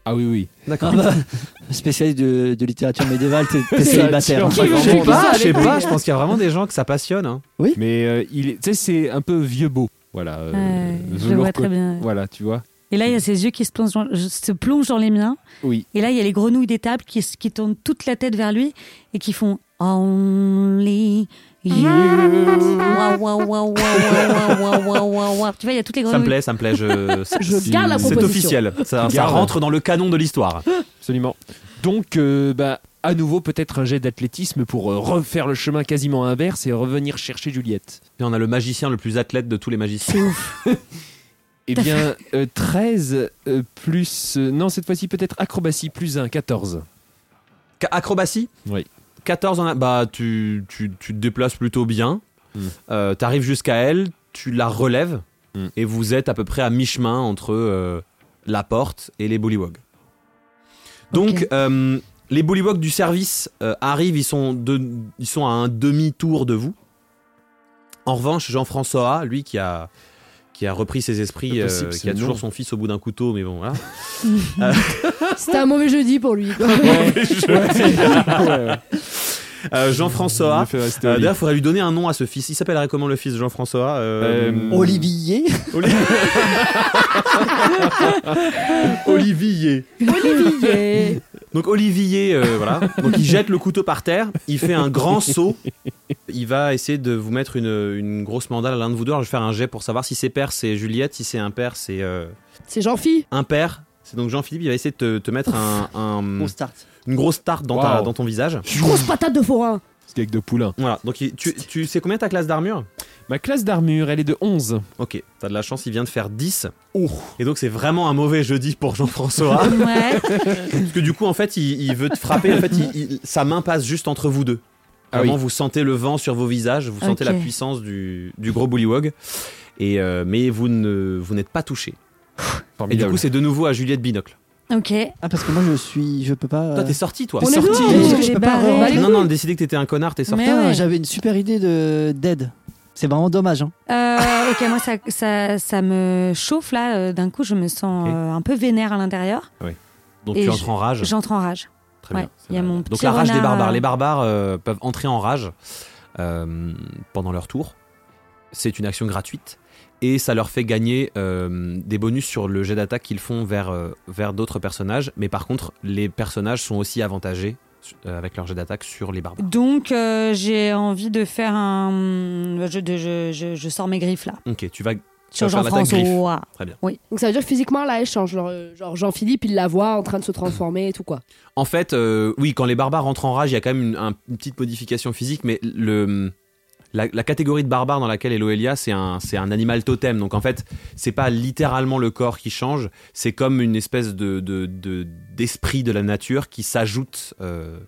Speaker 4: Ah oui oui.
Speaker 1: D'accord.
Speaker 3: bah.
Speaker 1: bah.
Speaker 3: Spécialiste de, de littérature médiévale, t'es t'es
Speaker 4: Ça
Speaker 3: célibataire.
Speaker 4: tire
Speaker 1: Je
Speaker 4: vraiment.
Speaker 1: sais pas,
Speaker 2: Bizarre,
Speaker 1: je sais
Speaker 2: avec
Speaker 1: pas,
Speaker 2: lui.
Speaker 1: je pense qu'il y a vraiment des gens que ça passionne. hein.
Speaker 4: Mais euh, il est, tu sais, c'est un peu vieux beau. Voilà. euh,
Speaker 5: Ouais, je le
Speaker 4: velours
Speaker 5: vois très
Speaker 4: co-
Speaker 5: bien.
Speaker 4: Voilà, tu vois.
Speaker 5: Et là, il y a ses yeux qui se plongent, dans, je- se plongent dans les miens.
Speaker 4: Oui.
Speaker 5: Et là, il y a les grenouilles des tables qui, s- qui tournent toute la tête vers lui et qui font Only You. Waouh, waouh, waouh, waouh, waouh, waouh, waouh, waouh, waouh. Tu vois, il y a toutes les
Speaker 1: Ça me
Speaker 5: grenouilles.
Speaker 1: plaît, ça me plaît.
Speaker 2: (laughs)
Speaker 1: Je...
Speaker 2: Je garde la
Speaker 1: C'est
Speaker 2: proposition.
Speaker 1: officiel. Ça, ça
Speaker 4: Garde.
Speaker 1: rentre dans le canon de l'histoire.
Speaker 4: Absolument. Donc, euh, bah, à nouveau peut-être un jet d'athlétisme pour euh, refaire le chemin quasiment inverse et revenir chercher Juliette.
Speaker 1: Et on a le magicien le plus athlète de tous les magiciens.
Speaker 4: Eh bien, euh, 13 euh, plus... euh, non, cette fois-ci peut-être acrobatie plus 1, 14.
Speaker 1: Ca- Acrobatie
Speaker 4: Oui.
Speaker 1: 14 en a... Bah, tu, tu, tu te déplaces plutôt bien.
Speaker 4: Mm.
Speaker 1: Euh, T'arrives jusqu'à elle, tu la relèves.
Speaker 4: Mm.
Speaker 1: Et vous êtes à peu près à mi-chemin entre euh, la porte et les bullywogs. Donc,
Speaker 5: Ok.
Speaker 1: euh, les bullywogs du service euh, arrivent, ils sont, de- ils sont à un demi-tour de vous. En revanche, Jean-François, A, lui qui a, qui a repris ses esprits,
Speaker 4: Pas possible,
Speaker 1: euh,
Speaker 4: c'est
Speaker 1: qui a
Speaker 4: le
Speaker 1: toujours
Speaker 4: nom.
Speaker 1: son fils au bout d'un couteau, mais bon,
Speaker 4: (laughs)
Speaker 1: voilà.
Speaker 2: C'était un mauvais jeudi pour lui.
Speaker 1: Euh, Jean-François, A, Euh, D'ailleurs, il faudrait lui donner un nom à ce fils. Il s'appellerait comment le fils Jean-François Euh,
Speaker 4: Euh,
Speaker 3: Olivier
Speaker 1: Olivier.
Speaker 2: (laughs) Olivier
Speaker 1: Donc Olivier, euh, voilà. Donc il jette le couteau par terre, il fait un grand saut. Il va essayer de vous mettre une, une grosse mandale à l'un de vous deux. Alors, je vais faire un jet pour savoir si c'est père, c'est Juliette, si c'est impair, c'est euh,
Speaker 2: C'est Jean-Phi.
Speaker 1: impair. C'est donc Jean-Philippe, il va essayer de te, te mettre un- un-
Speaker 3: On start.
Speaker 1: une grosse tarte dans, ta-
Speaker 4: Wow.
Speaker 1: dans ton visage.
Speaker 2: Grosse patate de forain.
Speaker 4: C'est avec de poulain.
Speaker 1: Voilà, donc il- tu, tu sais combien ta classe d'armure
Speaker 4: Ma classe d'armure, elle est de 11.
Speaker 1: Ok, t'as de la chance, il vient de faire 10. Et donc c'est vraiment un mauvais jeudi pour Jean-François.
Speaker 5: Ouais.
Speaker 1: Parce que du coup, en fait, il, il veut te frapper. En fait, il- il- sa main passe juste entre vous deux.
Speaker 4: Ah
Speaker 1: Vraiment,
Speaker 4: oui.
Speaker 1: vous sentez le vent sur vos visages, vous sentez
Speaker 5: Ok.
Speaker 1: la puissance du, du gros bullywog. Et euh, mais vous ne vous n'êtes pas touché. Et du
Speaker 4: Formidable.
Speaker 1: coup, c'est de nouveau à Juliette Binocle.
Speaker 5: Ok.
Speaker 3: Ah, parce que moi, je suis. Je peux pas. euh,
Speaker 1: Toi, t'es sorti, toi.
Speaker 2: On est
Speaker 3: sorti.
Speaker 2: lourd.
Speaker 3: Est-ce que je peux pas
Speaker 5: Débarré.
Speaker 3: rentrer
Speaker 1: Non, non, on a décidé que t'étais un connard, t'es sorti.
Speaker 5: Mais
Speaker 3: Putain,
Speaker 5: ouais.
Speaker 3: j'avais une super idée de d'aide. C'est vraiment dommage. Hein.
Speaker 5: Euh, ok, moi ça, ça, ça me chauffe là. euh, D'un coup, je me sens
Speaker 1: Ok.
Speaker 5: euh, un peu vénère à l'intérieur.
Speaker 1: Donc
Speaker 5: Et
Speaker 1: tu
Speaker 5: je-
Speaker 1: entres en rage.
Speaker 5: J'entre en rage.
Speaker 1: Très
Speaker 5: ouais,
Speaker 1: bien.
Speaker 5: il y a mon
Speaker 1: Donc
Speaker 5: petit
Speaker 1: la rage des
Speaker 5: renard,
Speaker 1: barbares.
Speaker 5: euh,
Speaker 1: Les barbares euh, peuvent entrer en rage euh, pendant leur tour. C'est une action gratuite. Et ça leur fait gagner euh, des bonus sur le jet d'attaque qu'ils font vers, euh, vers d'autres personnages. Mais par contre, les personnages sont aussi avantagés su- euh, avec leur jet d'attaque sur les barbares.
Speaker 5: Donc euh, j'ai envie de faire un. Je, de- je, je, je sors mes griffes là.
Speaker 1: Ok, tu vas.
Speaker 5: Sur
Speaker 1: faire l'attaque
Speaker 5: Jean-François.
Speaker 2: Donc ça veut dire que physiquement, là, elle change. Genre, euh, genre, Jean-Philippe, il la voit en train de se transformer et tout, quoi.
Speaker 1: En fait, euh, oui, quand les barbares rentrent en rage, il y a quand même une, un- une petite modification physique, mais le. La, la catégorie de barbare dans laquelle est Loelia, c'est un, c'est un animal totem. Donc en fait, c'est pas littéralement le corps qui change, c'est comme une espèce de, de- de- d'esprit de la nature qui s'ajoute euh,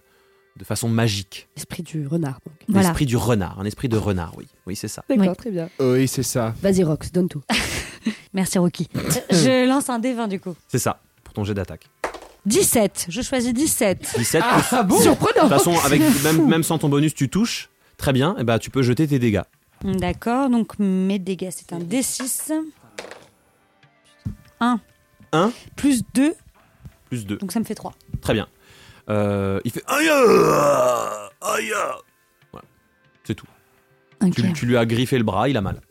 Speaker 1: de façon magique.
Speaker 2: L'esprit du renard, donc.
Speaker 5: Voilà.
Speaker 1: L'esprit du renard, un esprit de renard, oui. Oui, c'est ça.
Speaker 2: D'accord,
Speaker 5: Oui.
Speaker 2: très bien.
Speaker 4: Oui, c'est ça.
Speaker 2: Vas-y, Rox, donne tout.
Speaker 5: Merci Rocky. je lance un D20 du coup.
Speaker 1: C'est ça, pour ton jet d'attaque.
Speaker 5: 17. Je choisis 17.
Speaker 1: 17.
Speaker 4: Ah bon
Speaker 1: de
Speaker 2: Surprenant (laughs)
Speaker 1: toute façon, avec,
Speaker 5: C'est
Speaker 1: même,
Speaker 5: fou.
Speaker 1: même sans ton bonus, tu touches. Très bien, et bah, tu peux jeter tes dégâts.
Speaker 5: D'accord. Donc mes dégâts, c'est un D6. 1.
Speaker 1: Un.
Speaker 5: Plus 2.
Speaker 1: Plus 2.
Speaker 5: Donc ça me fait 3.
Speaker 1: Très bien. Euh, il fait aïe euh, aïe euh. Voilà. C'est tout.
Speaker 5: Ok.
Speaker 1: Tu, tu lui as griffé le bras, il a mal.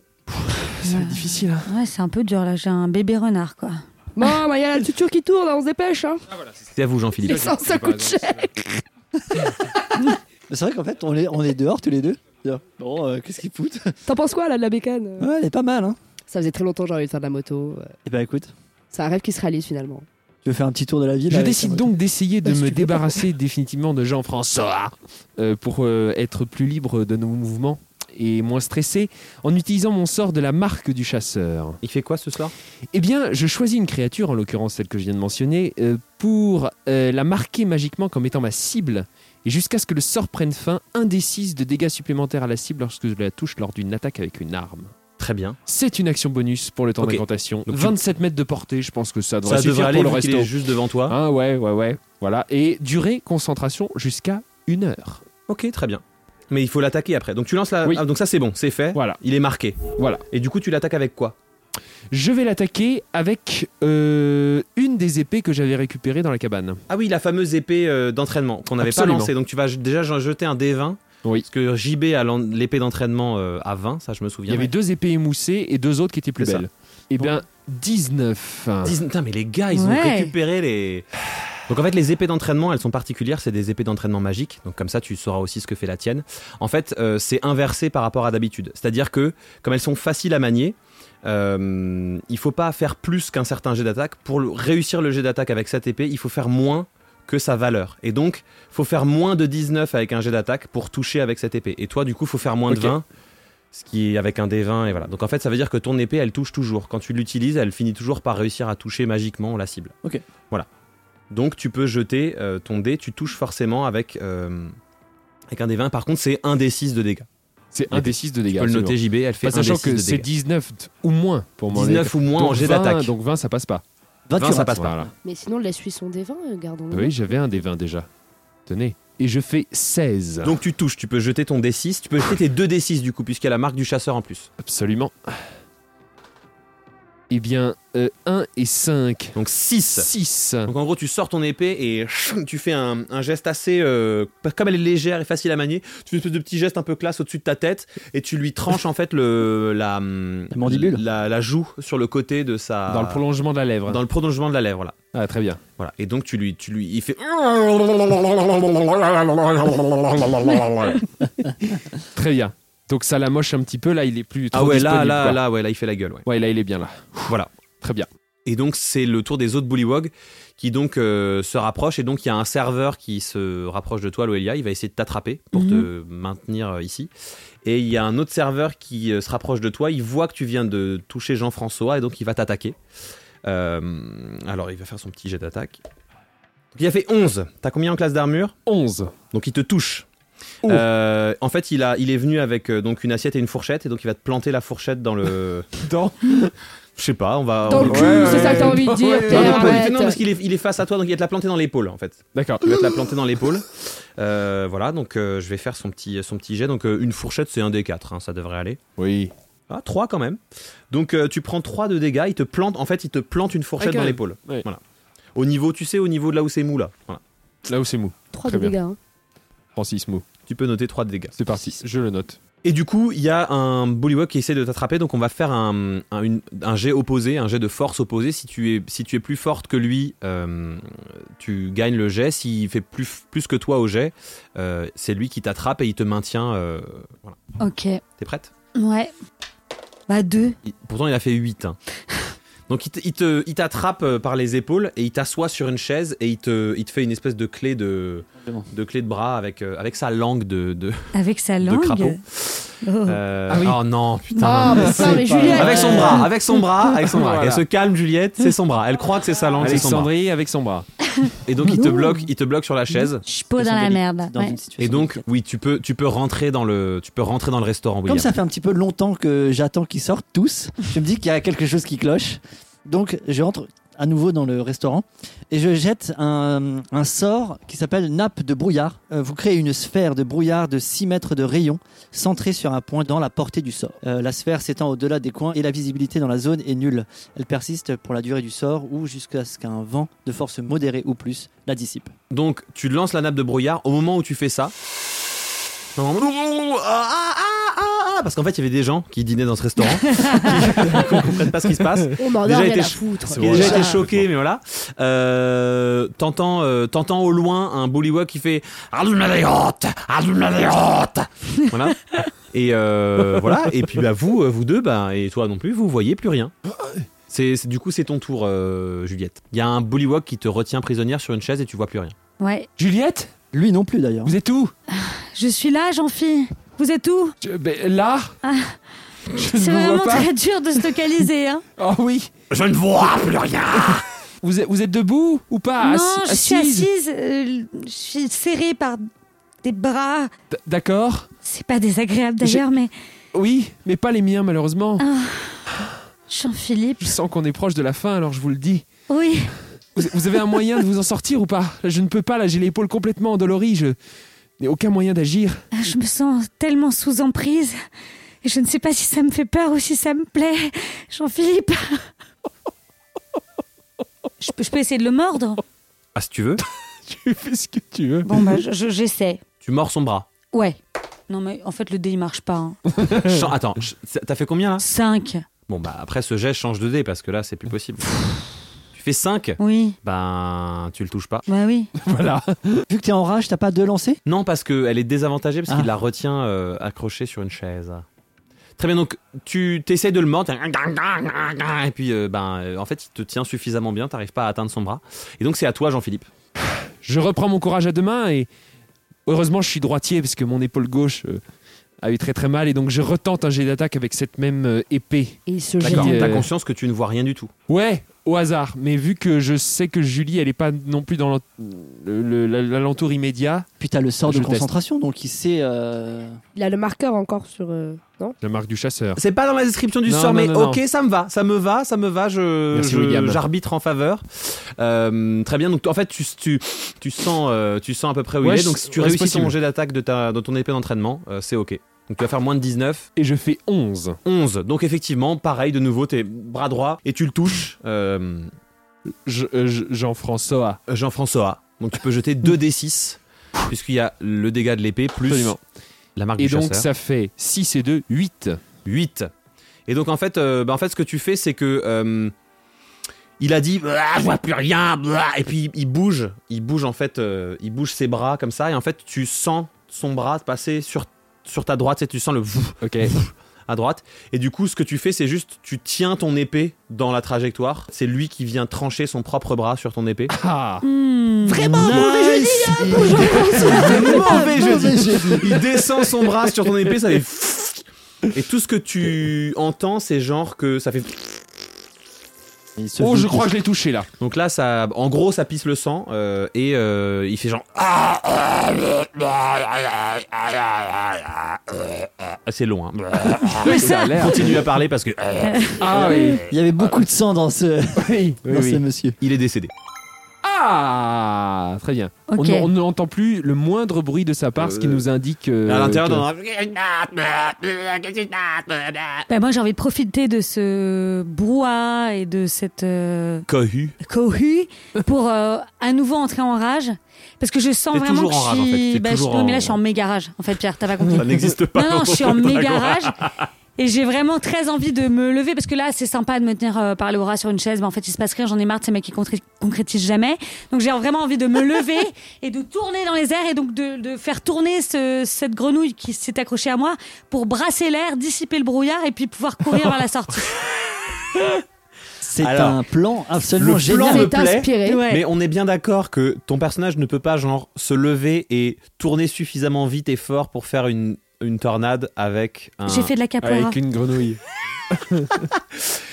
Speaker 4: C'est difficile. hein.
Speaker 5: Ouais, c'est un peu dur là. J'ai un bébé renard quoi.
Speaker 2: Bon, bah, il y a la tuture qui tourne, on se dépêche, hein.
Speaker 1: C'est à vous Jean-Philippe.
Speaker 2: Et ça, ça coûte cher.
Speaker 3: Mais C'est vrai qu'en fait, on est, on est dehors tous les deux. Bien. Bon, euh, qu'est-ce qu'ils foutent
Speaker 2: T'en penses quoi, là, de la bécane
Speaker 3: Ouais, elle est pas mal. Hein.
Speaker 2: Ça faisait très longtemps que j'avais envie de faire de la moto. euh,
Speaker 3: Eh ben, écoute,
Speaker 2: C'est un rêve qui se réalise, finalement.
Speaker 3: je vais faire un petit tour de la ville.
Speaker 4: Je
Speaker 3: avec euh,
Speaker 4: décide
Speaker 3: ta
Speaker 4: donc d'essayer de
Speaker 2: Bah, si
Speaker 4: me
Speaker 2: tu peux pas.
Speaker 4: débarrasser définitivement de Jean-François euh, pour euh, être plus libre de nos mouvements et moins stressé en utilisant mon sort de la marque du chasseur.
Speaker 1: Il fait quoi ce soir
Speaker 4: Eh bien, je choisis une créature, en l'occurrence celle que je viens de mentionner, euh, pour euh, la marquer magiquement comme étant ma cible. Et jusqu'à ce que le sort prenne fin, un des six de dégâts supplémentaires à la cible lorsque je la touche lors d'une attaque avec une arme.
Speaker 1: Très bien.
Speaker 4: C'est une action bonus pour le temps
Speaker 1: Ok.
Speaker 4: d'incantation.
Speaker 1: Donc tu-
Speaker 4: 27 mètres de portée, je pense que ça devrait
Speaker 1: Ça
Speaker 4: suffire
Speaker 1: devrait aller
Speaker 4: pour le
Speaker 1: vu qu'il
Speaker 4: resto.
Speaker 1: est juste devant toi.
Speaker 4: Ah ouais, ouais, ouais. Voilà. Et durée, concentration jusqu'à une heure.
Speaker 1: ok, très bien. Mais il faut l'attaquer après. Donc tu lances la.
Speaker 4: Oui.
Speaker 1: ah, donc ça c'est bon, c'est fait.
Speaker 4: Voilà.
Speaker 1: Il est marqué.
Speaker 4: Voilà.
Speaker 1: Et du coup tu l'attaques avec quoi
Speaker 4: Je vais l'attaquer avec euh, une des épées que j'avais récupérées dans la cabane.
Speaker 1: Ah oui, la fameuse épée euh, d'entraînement qu'on n'avait pas
Speaker 4: Absolument.
Speaker 1: lancée. Donc tu vas j- déjà jeter un D20.
Speaker 4: Oui.
Speaker 1: Parce que JB a l'en- l'épée d'entraînement euh, à 20, ça je me
Speaker 4: Il y
Speaker 1: souviens.
Speaker 4: avait deux épées émoussées et deux autres qui étaient plus
Speaker 1: C'est ça.
Speaker 4: belles. Eh bien, 19.
Speaker 1: Dix- Putain, mais les gars, ils
Speaker 5: Ouais.
Speaker 1: ont récupéré les. Donc en fait, les épées d'entraînement, elles sont particulières. C'est des épées d'entraînement magiques. Donc comme ça, tu sauras aussi ce que fait la tienne. En fait, euh, c'est inversé par rapport à d'habitude. C'est-à-dire que comme elles sont faciles à manier, euh, il faut pas faire plus qu'un certain jet d'attaque. Pour le- réussir le jet d'attaque avec cette épée, il faut faire moins que sa valeur. Et donc, faut faire moins de 19 avec un jet d'attaque pour toucher avec cette épée. Et toi, du coup, faut faire moins
Speaker 4: Ok.
Speaker 1: de 20, ce qui est avec un des 20 et voilà. Donc en fait, ça veut dire que ton épée, elle touche toujours. Quand tu l'utilises, elle finit toujours par réussir à toucher magiquement la cible.
Speaker 3: Ok.
Speaker 1: Voilà. Donc tu peux jeter euh, ton dé, tu touches forcément avec euh, avec un des 20. Par contre, c'est un des 6 de dégâts.
Speaker 4: C'est un des 6 de
Speaker 1: Tu
Speaker 4: dégâts.
Speaker 1: peux le
Speaker 4: absolument.
Speaker 1: noter JB, elle fait
Speaker 4: Pas
Speaker 1: un
Speaker 4: sachant
Speaker 1: des 6
Speaker 4: que
Speaker 1: de
Speaker 4: c'est
Speaker 1: dégâts.
Speaker 4: 19 ou moins pour moi.
Speaker 1: 19 ou moins en
Speaker 4: Donc
Speaker 1: jet
Speaker 4: 20,
Speaker 1: d'attaque.
Speaker 4: Donc 20, ça passe pas.
Speaker 3: 20, tu
Speaker 1: 20, ça
Speaker 3: rates.
Speaker 1: passe pas.
Speaker 4: Voilà.
Speaker 2: Mais sinon, laisse-lui son des 20, euh, gardons
Speaker 4: Oui, j'avais un des 20 déjà. Tenez. Et je fais 16.
Speaker 1: Donc tu touches, tu peux jeter ton D6, tu peux jeter tes deux D6 du coup, puisqu'il y a la marque du chasseur en plus.
Speaker 4: Absolument. Eh bien, 1 et 5.
Speaker 1: Donc 6.
Speaker 4: 6.
Speaker 1: Donc en gros, tu sors ton épée et choum, tu fais un, un geste assez... euh, comme elle est légère et facile à manier, tu fais une espèce de petit geste un peu classe au-dessus de ta tête et tu lui tranches en fait le, la, hum,
Speaker 3: La mandibule.
Speaker 1: La, la joue sur le côté de sa...
Speaker 4: Dans le prolongement de la lèvre.
Speaker 1: Ah. dans le prolongement de la lèvre, là.
Speaker 4: Ah, très bien.
Speaker 1: Voilà. Et donc tu lui... Tu lui il fait...
Speaker 4: Très bien. Donc ça la moche un petit peu. Là, il est plus.
Speaker 1: Ah
Speaker 4: trop
Speaker 1: ouais, là,
Speaker 4: disponible,
Speaker 1: là,
Speaker 4: quoi.
Speaker 1: là, ouais, là, il fait la gueule, ouais.
Speaker 4: Ouais, là, il est bien là.
Speaker 1: Voilà.
Speaker 4: Très bien.
Speaker 1: Et donc c'est le tour des autres bullywogs qui donc euh, se rapprochent et donc il y a un serveur qui se rapproche de toi Loelia, il va essayer de t'attraper
Speaker 2: Mhm.
Speaker 1: pour te maintenir euh, ici. Et il y a un autre serveur qui euh, se rapproche de toi, il voit que tu viens de toucher Jean-François et donc il va t'attaquer. Euh, alors il va faire son petit jet d'attaque. Donc, Il a fait 11. T'as combien en classe d'armure
Speaker 4: 11.
Speaker 1: Donc il te touche.
Speaker 4: Oh.
Speaker 1: Euh, en fait, il, a, il est venu avec euh, donc une assiette et une fourchette, et donc il va te planter la fourchette dans
Speaker 2: (laughs)
Speaker 1: le.
Speaker 4: Dans
Speaker 1: Je sais pas, on va.
Speaker 2: Dans
Speaker 1: on-
Speaker 2: le
Speaker 4: Ouais,
Speaker 2: cul, c'est ça que t'as
Speaker 4: ouais,
Speaker 2: envie de dire.
Speaker 4: ouais,
Speaker 2: Pierre,
Speaker 1: Non, non, pas du tout.
Speaker 2: arrête.
Speaker 1: Non, parce qu'il est, il est face à toi, donc il va te la planter dans l'épaule en fait.
Speaker 4: D'accord.
Speaker 1: Il va te la planter dans l'épaule. Euh, voilà, donc euh, je vais faire son petit, son petit jet. Donc euh, une fourchette, c'est un des 4, ça devrait aller.
Speaker 4: Oui.
Speaker 1: Ah, 3 quand même. Donc euh, tu prends 3 de dégâts, il te plante, en fait, il te plante une fourchette
Speaker 4: Ah, quand
Speaker 1: dans
Speaker 4: même.
Speaker 1: l'épaule.
Speaker 4: Ouais.
Speaker 1: Voilà. Au niveau, tu sais, au niveau de là où c'est mou là. Voilà.
Speaker 4: Là où c'est mou.
Speaker 2: 3 de
Speaker 4: Très bien.
Speaker 2: dégâts. hein.
Speaker 4: Francis mou.
Speaker 1: Tu peux noter 3 de dégâts.
Speaker 4: C'est parti. Je le note.
Speaker 1: Et du coup, il y a un Bullywug qui essaie de t'attraper, donc on va faire un, un, une- un jet opposé, un jet de force opposé. Si tu es, si tu es plus forte que lui, euh, tu gagnes le jet. S'il fait plus, plus que toi au jet, euh, c'est lui qui t'attrape et il te maintient. euh, voilà.
Speaker 5: Ok.
Speaker 1: T'es prête
Speaker 5: Ouais. Bah, deux.
Speaker 1: Il- Pourtant, il a fait 8.
Speaker 4: (laughs)
Speaker 1: hein. Donc il te- il te- il t'attrape euh, par les épaules et il t'assoit sur une chaise et il te, il te fait une espèce de clé de,
Speaker 3: Bon.
Speaker 1: de, clé de bras avec, euh, avec sa langue de, de,
Speaker 5: Avec sa
Speaker 1: de
Speaker 5: langue.
Speaker 1: crapaud.
Speaker 5: Oh.
Speaker 1: Euh,
Speaker 4: Ah oui.
Speaker 1: Oh non,
Speaker 2: Ah,
Speaker 1: putain.
Speaker 2: mais ça, mais
Speaker 3: bah, C'est pas
Speaker 2: Juliette.
Speaker 1: Avec son
Speaker 3: Ouais.
Speaker 1: bras, avec son bras, avec son bras.
Speaker 4: Voilà.
Speaker 1: Elle se calme, Juliette, c'est son bras. Elle croit que c'est sa langue, c'est son bras.
Speaker 4: Alexandrie avec son bras.
Speaker 1: Et donc il te bloque, il te bloque sur la chaise.
Speaker 5: Je suis pas dans la merde.
Speaker 3: Dans
Speaker 5: ouais.
Speaker 3: une situation
Speaker 1: Et donc
Speaker 3: délicate.
Speaker 1: oui, tu peux, tu peux rentrer dans le, tu peux rentrer dans le restaurant.
Speaker 3: Comme
Speaker 1: William.
Speaker 3: ça fait un petit peu longtemps que j'attends qu'ils sortent tous, je me dis qu'il y a quelque chose qui cloche. Donc je rentre à nouveau dans le restaurant et je jette un, un sort qui s'appelle nappe de brouillard. Euh, vous créez une sphère de brouillard de 6 mètres de rayon centrée sur un point dans la portée du sort. Euh, la sphère s'étend au-delà des coins et la visibilité dans la zone est nulle. Elle persiste pour la durée du sort ou jusqu'à ce qu'un vent de force modérée ou plus la dissipe.
Speaker 1: Donc tu lances la nappe de brouillard. Au moment où tu fais ça, normalement, ouh, ouh, ah, ah, ah, ah, ah, parce qu'en fait il y avait des gens qui dînaient dans ce
Speaker 3: (laughs)
Speaker 1: restaurant, qui ne comprennent pas ce qui se passe.
Speaker 2: On m'en a
Speaker 1: Déjà
Speaker 2: rien
Speaker 1: été
Speaker 2: à
Speaker 1: ch-
Speaker 2: foutre.
Speaker 1: Qui a déjà
Speaker 2: Voilà.
Speaker 1: été choqué, mais voilà. Euh, t'entends, euh, t'entends au loin un bullywug qui fait Allumadéote, Allumadéote. Voilà. Et euh, voilà. Et puis bah vous, euh, vous deux, bah et toi non plus, vous voyez plus rien. C'est c'est- du coup c'est ton tour, euh, Juliette. Il y a un bullywug qui te retient prisonnière sur une chaise et tu vois plus rien.
Speaker 5: Ouais.
Speaker 4: Juliette
Speaker 3: Lui non plus d'ailleurs.
Speaker 4: Vous êtes où
Speaker 5: Je suis là, Jean-Phi. Vous êtes où
Speaker 4: Je- ben, Là Je
Speaker 5: C'est
Speaker 4: ne vous
Speaker 5: vraiment
Speaker 4: vois pas.
Speaker 5: très dur de se localiser. Hein.
Speaker 4: Oh oui.
Speaker 1: Je ne vois plus rien.
Speaker 4: Vous êtes, vous êtes debout ou pas
Speaker 5: non,
Speaker 4: Assis-
Speaker 5: je suis assise. euh, je suis serrée par des bras.
Speaker 4: D- D'accord.
Speaker 5: C'est pas désagréable d'ailleurs, mais
Speaker 4: Oui, mais pas les miens malheureusement.
Speaker 5: Ah. Jean-Philippe.
Speaker 4: Je sens qu'on est proche de la fin, alors je vous le dis.
Speaker 5: Oui.
Speaker 4: Vous, vous avez un moyen de vous en sortir ou pas Je ne peux pas, là, j'ai l'épaule complètement endolorie. Je n'ai aucun moyen d'agir.
Speaker 5: Ah, Je me sens tellement sous emprise. Et je ne sais pas si ça me fait peur ou si ça me plaît. Jean-Philippe. Je peux, je peux essayer de le mordre
Speaker 1: Ah si tu veux,
Speaker 4: (laughs) Tu fais ce que tu veux.
Speaker 5: Bon, bah, je- je- j'essaie.
Speaker 1: tu mords son (laughs) bras.
Speaker 5: ouais. Non, mais en fait, le dé, il marche pas. hein.
Speaker 1: Chan- Attends, ch- t'as fait combien là
Speaker 5: 5.
Speaker 1: Bon bah après ce geste change de dé parce que là c'est plus possible. tu fais 5
Speaker 5: Oui.
Speaker 1: Ben tu le touches pas.
Speaker 5: Bah oui.
Speaker 4: Voilà.
Speaker 3: Vu que t'es en rage, t'as pas deux lancers
Speaker 1: Non, parce qu'elle est désavantagée parce
Speaker 3: Ah.
Speaker 1: qu'il la retient euh, accrochée sur une chaise. Très bien, donc tu t'essayes de le mordre, et puis euh, ben, euh, en fait il te tient suffisamment bien, t'arrives pas à atteindre son bras. Et donc c'est à toi Jean-Philippe.
Speaker 4: je reprends mon courage à deux mains et heureusement je suis droitier parce que mon épaule gauche euh, a eu très très mal et donc je retente un jet d'attaque avec cette même euh, épée.
Speaker 2: Et ce
Speaker 1: D'accord,
Speaker 4: Qui,
Speaker 2: génie.
Speaker 4: euh,
Speaker 1: t'as conscience que tu ne vois rien du tout.
Speaker 4: Ouais, au hasard. Mais vu que je sais que Julie, elle est pas non plus dans l'en- le- le- la- l'alentour immédiat,
Speaker 3: Puis t'as le sort
Speaker 4: Je
Speaker 3: de
Speaker 4: le teste.
Speaker 3: concentration, donc il sait. euh,
Speaker 2: Il a le marqueur encore sur. euh, Non
Speaker 4: la marque du chasseur.
Speaker 1: C'est pas dans la description du
Speaker 4: Non,
Speaker 1: sort,
Speaker 4: non,
Speaker 1: mais
Speaker 4: non,
Speaker 1: ok, ça me va, ça me va, ça me va, je,
Speaker 4: Merci,
Speaker 1: je-
Speaker 4: William.
Speaker 1: j'arbitre en faveur. Euh, très bien, donc en fait, tu, tu, tu, sens, euh, tu sens à peu près où
Speaker 4: Ouais,
Speaker 1: il est,
Speaker 4: je-
Speaker 1: donc si tu
Speaker 4: ouais, c'est
Speaker 1: réussis ton
Speaker 4: possible.
Speaker 1: jet d'attaque de, ta, de ton épée d'entraînement, euh, c'est ok. Donc tu vas faire moins de 19,
Speaker 4: Et je fais 11.
Speaker 1: 11. Donc effectivement, pareil, de nouveau, t'es bras droit et tu le touches, euh,
Speaker 4: Je- euh, je- Jean-François.
Speaker 1: Jean-François. Donc tu peux jeter 2d6, puisqu'il y a le dégât de l'épée plus
Speaker 4: Absolument.
Speaker 1: la marque
Speaker 4: Et
Speaker 1: du
Speaker 4: donc
Speaker 1: chasseur.
Speaker 4: ça fait 6 et 2, 8.
Speaker 1: 8. Et donc en fait, euh, bah, en fait ce que tu fais, c'est que euh, il a dit Ah, je vois plus rien, blah et puis il bouge, il bouge en fait, euh, il bouge ses bras comme ça, et en fait tu sens son bras passer sur, sur ta droite, et tu sens le vouf
Speaker 4: Ok.
Speaker 1: à droite, et du coup ce que tu fais, c'est juste tu tiens ton épée dans la trajectoire, c'est lui qui vient trancher son propre bras sur ton épée.
Speaker 4: Ah
Speaker 5: Hmm.
Speaker 2: Vraiment mauvais jeudi
Speaker 1: mauvais
Speaker 3: Mauvais
Speaker 1: jeudi.
Speaker 3: jeudi.
Speaker 1: Il descend son bras sur ton épée, ça fait. (laughs) Et tout ce que tu entends, c'est genre que ça fait
Speaker 3: Il se
Speaker 4: Oh,
Speaker 3: vide.
Speaker 4: je crois que je l'ai touché là.
Speaker 1: Donc là, ça, en gros, ça pisse le sang euh, et euh, il fait genre. Ah, ah, ah, ah, ah, C'est long. Hein.
Speaker 5: Mais ça,
Speaker 1: Il (laughs) Continue à parler parce que euh,
Speaker 4: Ah oui.
Speaker 3: Il y avait beaucoup de sang dans ce,
Speaker 4: oui, oui,
Speaker 3: (laughs) dans
Speaker 4: oui.
Speaker 3: ce monsieur.
Speaker 1: il est décédé.
Speaker 4: Ah Très bien. On-
Speaker 5: Ok.
Speaker 4: On on n'entend plus le moindre bruit de sa part, ce qui
Speaker 1: Euh,
Speaker 4: nous indique. euh,
Speaker 1: à l'intérieur,
Speaker 4: que-
Speaker 1: dans un-
Speaker 5: Bah, moi j'ai envie de profiter de ce brouhaha et de cette euh,
Speaker 1: cohu.
Speaker 5: cohue pour euh, à nouveau entrer en rage parce que je sens
Speaker 1: T'es
Speaker 5: vraiment
Speaker 1: toujours
Speaker 5: que
Speaker 1: en rage,
Speaker 5: je
Speaker 1: en
Speaker 5: suis,
Speaker 1: fait. T'es
Speaker 5: bah, je-
Speaker 1: toujours
Speaker 5: non, mais là
Speaker 1: en-
Speaker 5: je suis en méga rage en fait Pierre t'as pas compris
Speaker 1: Ça n'existe pas.
Speaker 5: non non je
Speaker 1: (laughs)
Speaker 5: suis en
Speaker 1: dans le
Speaker 5: méga
Speaker 1: dragon.
Speaker 5: rage et j'ai vraiment très envie de me lever parce que là c'est sympa de me tenir euh, par le bras sur une chaise mais en fait il se passe rien j'en ai marre de ces mecs qui concré- concrétisent jamais donc j'ai vraiment envie de
Speaker 1: (laughs)
Speaker 5: me lever et de tourner dans les airs et donc de, de faire tourner ce- cette grenouille qui s'est accrochée à moi pour brasser l'air dissiper le brouillard et puis
Speaker 1: (laughs)
Speaker 5: pouvoir courir vers la sortie
Speaker 3: C'est
Speaker 1: Alors,
Speaker 3: un plan absolument
Speaker 1: le plan
Speaker 3: génial.
Speaker 1: me
Speaker 2: C'est
Speaker 1: plaît.
Speaker 2: inspiré.
Speaker 5: Ouais.
Speaker 1: Mais on est bien d'accord que ton personnage ne peut pas genre se lever et tourner suffisamment vite et fort pour faire une, une tornade avec un.
Speaker 5: j'ai fait de la capoeira
Speaker 4: Avec une grenouille.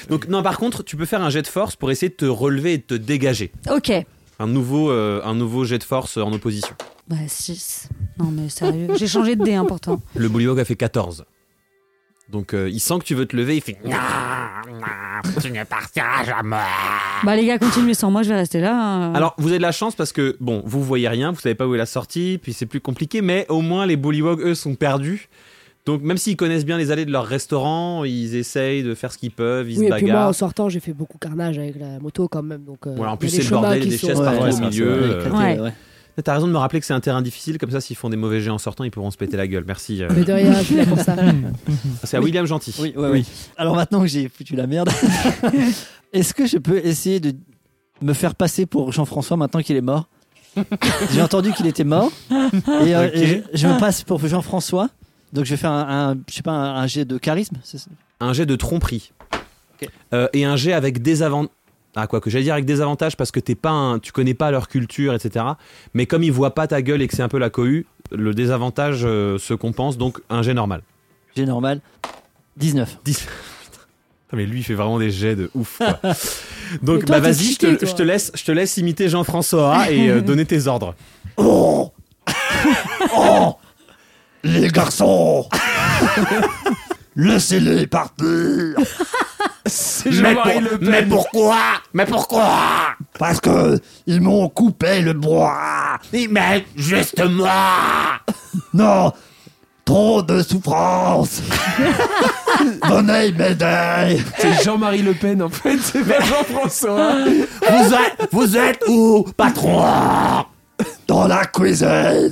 Speaker 1: Donc non, par contre, tu peux faire un jet de force pour essayer de te relever et de te dégager.
Speaker 5: ok
Speaker 1: Un nouveau, euh, un nouveau jet de force en opposition.
Speaker 5: Bah 6. Non mais sérieux, j'ai changé de dé hein, pourtant.
Speaker 1: Le Bullywog a fait 14. Donc euh, il sent que tu veux te lever, il fait
Speaker 5: Bah les gars, continuez sans moi, je vais rester là. hein.
Speaker 1: Alors vous avez de la chance parce que bon, vous voyez rien, vous savez pas où est la sortie, puis c'est plus compliqué, mais au moins les Bullywogs eux sont perdus. Donc même s'ils connaissent bien les allées de leur restaurant, ils essayent de faire ce qu'ils peuvent, ils
Speaker 2: Oui,
Speaker 1: se
Speaker 2: et puis moi,
Speaker 1: bagarrent.
Speaker 2: en sortant, j'ai fait beaucoup carnage avec la moto quand même. Donc, euh,
Speaker 1: Voilà, en
Speaker 2: il y a
Speaker 1: plus,
Speaker 2: des
Speaker 1: c'est le
Speaker 2: chemins
Speaker 1: bordel,
Speaker 2: qui
Speaker 1: il y a des
Speaker 2: sont-
Speaker 1: chaises partout
Speaker 3: ouais,
Speaker 1: au
Speaker 3: ça,
Speaker 1: milieu,
Speaker 3: ça,
Speaker 1: euh,
Speaker 3: éclaté,
Speaker 5: Ouais.
Speaker 3: ouais.
Speaker 1: Mais T'as raison de me rappeler que c'est un terrain difficile, comme ça s'ils font des mauvais jets en sortant, ils pourront se péter la gueule. Merci. euh.
Speaker 2: Mais de rien, je suis là pour (laughs) ça.
Speaker 1: C'est à William Gentil.
Speaker 3: Oui, ouais, ouais. Alors maintenant que j'ai foutu la merde, (laughs) est-ce que je peux essayer de me faire passer pour Jean-François maintenant qu'il est mort J'ai entendu qu'il était mort et, euh,
Speaker 1: Ok.
Speaker 3: et je, je me passe pour Jean-François. Donc je vais faire un, un- je sais pas, un, un jet de charisme. c'est ça
Speaker 1: un jet de tromperie
Speaker 3: Ok.
Speaker 1: Euh, et un jet avec des avantages. Ah quoi que j'allais dire avec des avantages parce que t'es pas un- tu connais pas leur culture etc. Mais comme ils voient pas ta gueule et que c'est un peu la cohue, le désavantage euh, se compense donc un jet (laughs) normal.
Speaker 3: Jet normal. 19.
Speaker 1: Putain, Mais lui il fait vraiment des jets de ouf. (laughs) quoi. donc
Speaker 2: Mais toi,
Speaker 1: bah
Speaker 2: t'es
Speaker 1: vas-y je
Speaker 2: cheaté,
Speaker 1: te,
Speaker 2: toi.
Speaker 1: je te laisse je te laisse imiter Jean-François et euh, donner tes ordres.
Speaker 3: Oh Oh Les garçons (laughs) Laissez-les partir
Speaker 4: C'est Jean-Marie Le Pen.
Speaker 1: pourquoi Mais pourquoi
Speaker 3: Parce que ils m'ont coupé le bras
Speaker 1: Mais justement
Speaker 3: Non Trop de (laughs) souffrance Venez m'aider
Speaker 4: C'est Jean-Marie Le Pen en fait, c'est pas Jean-François.
Speaker 1: vous êtes, vous êtes où patron
Speaker 3: Dans la cuisine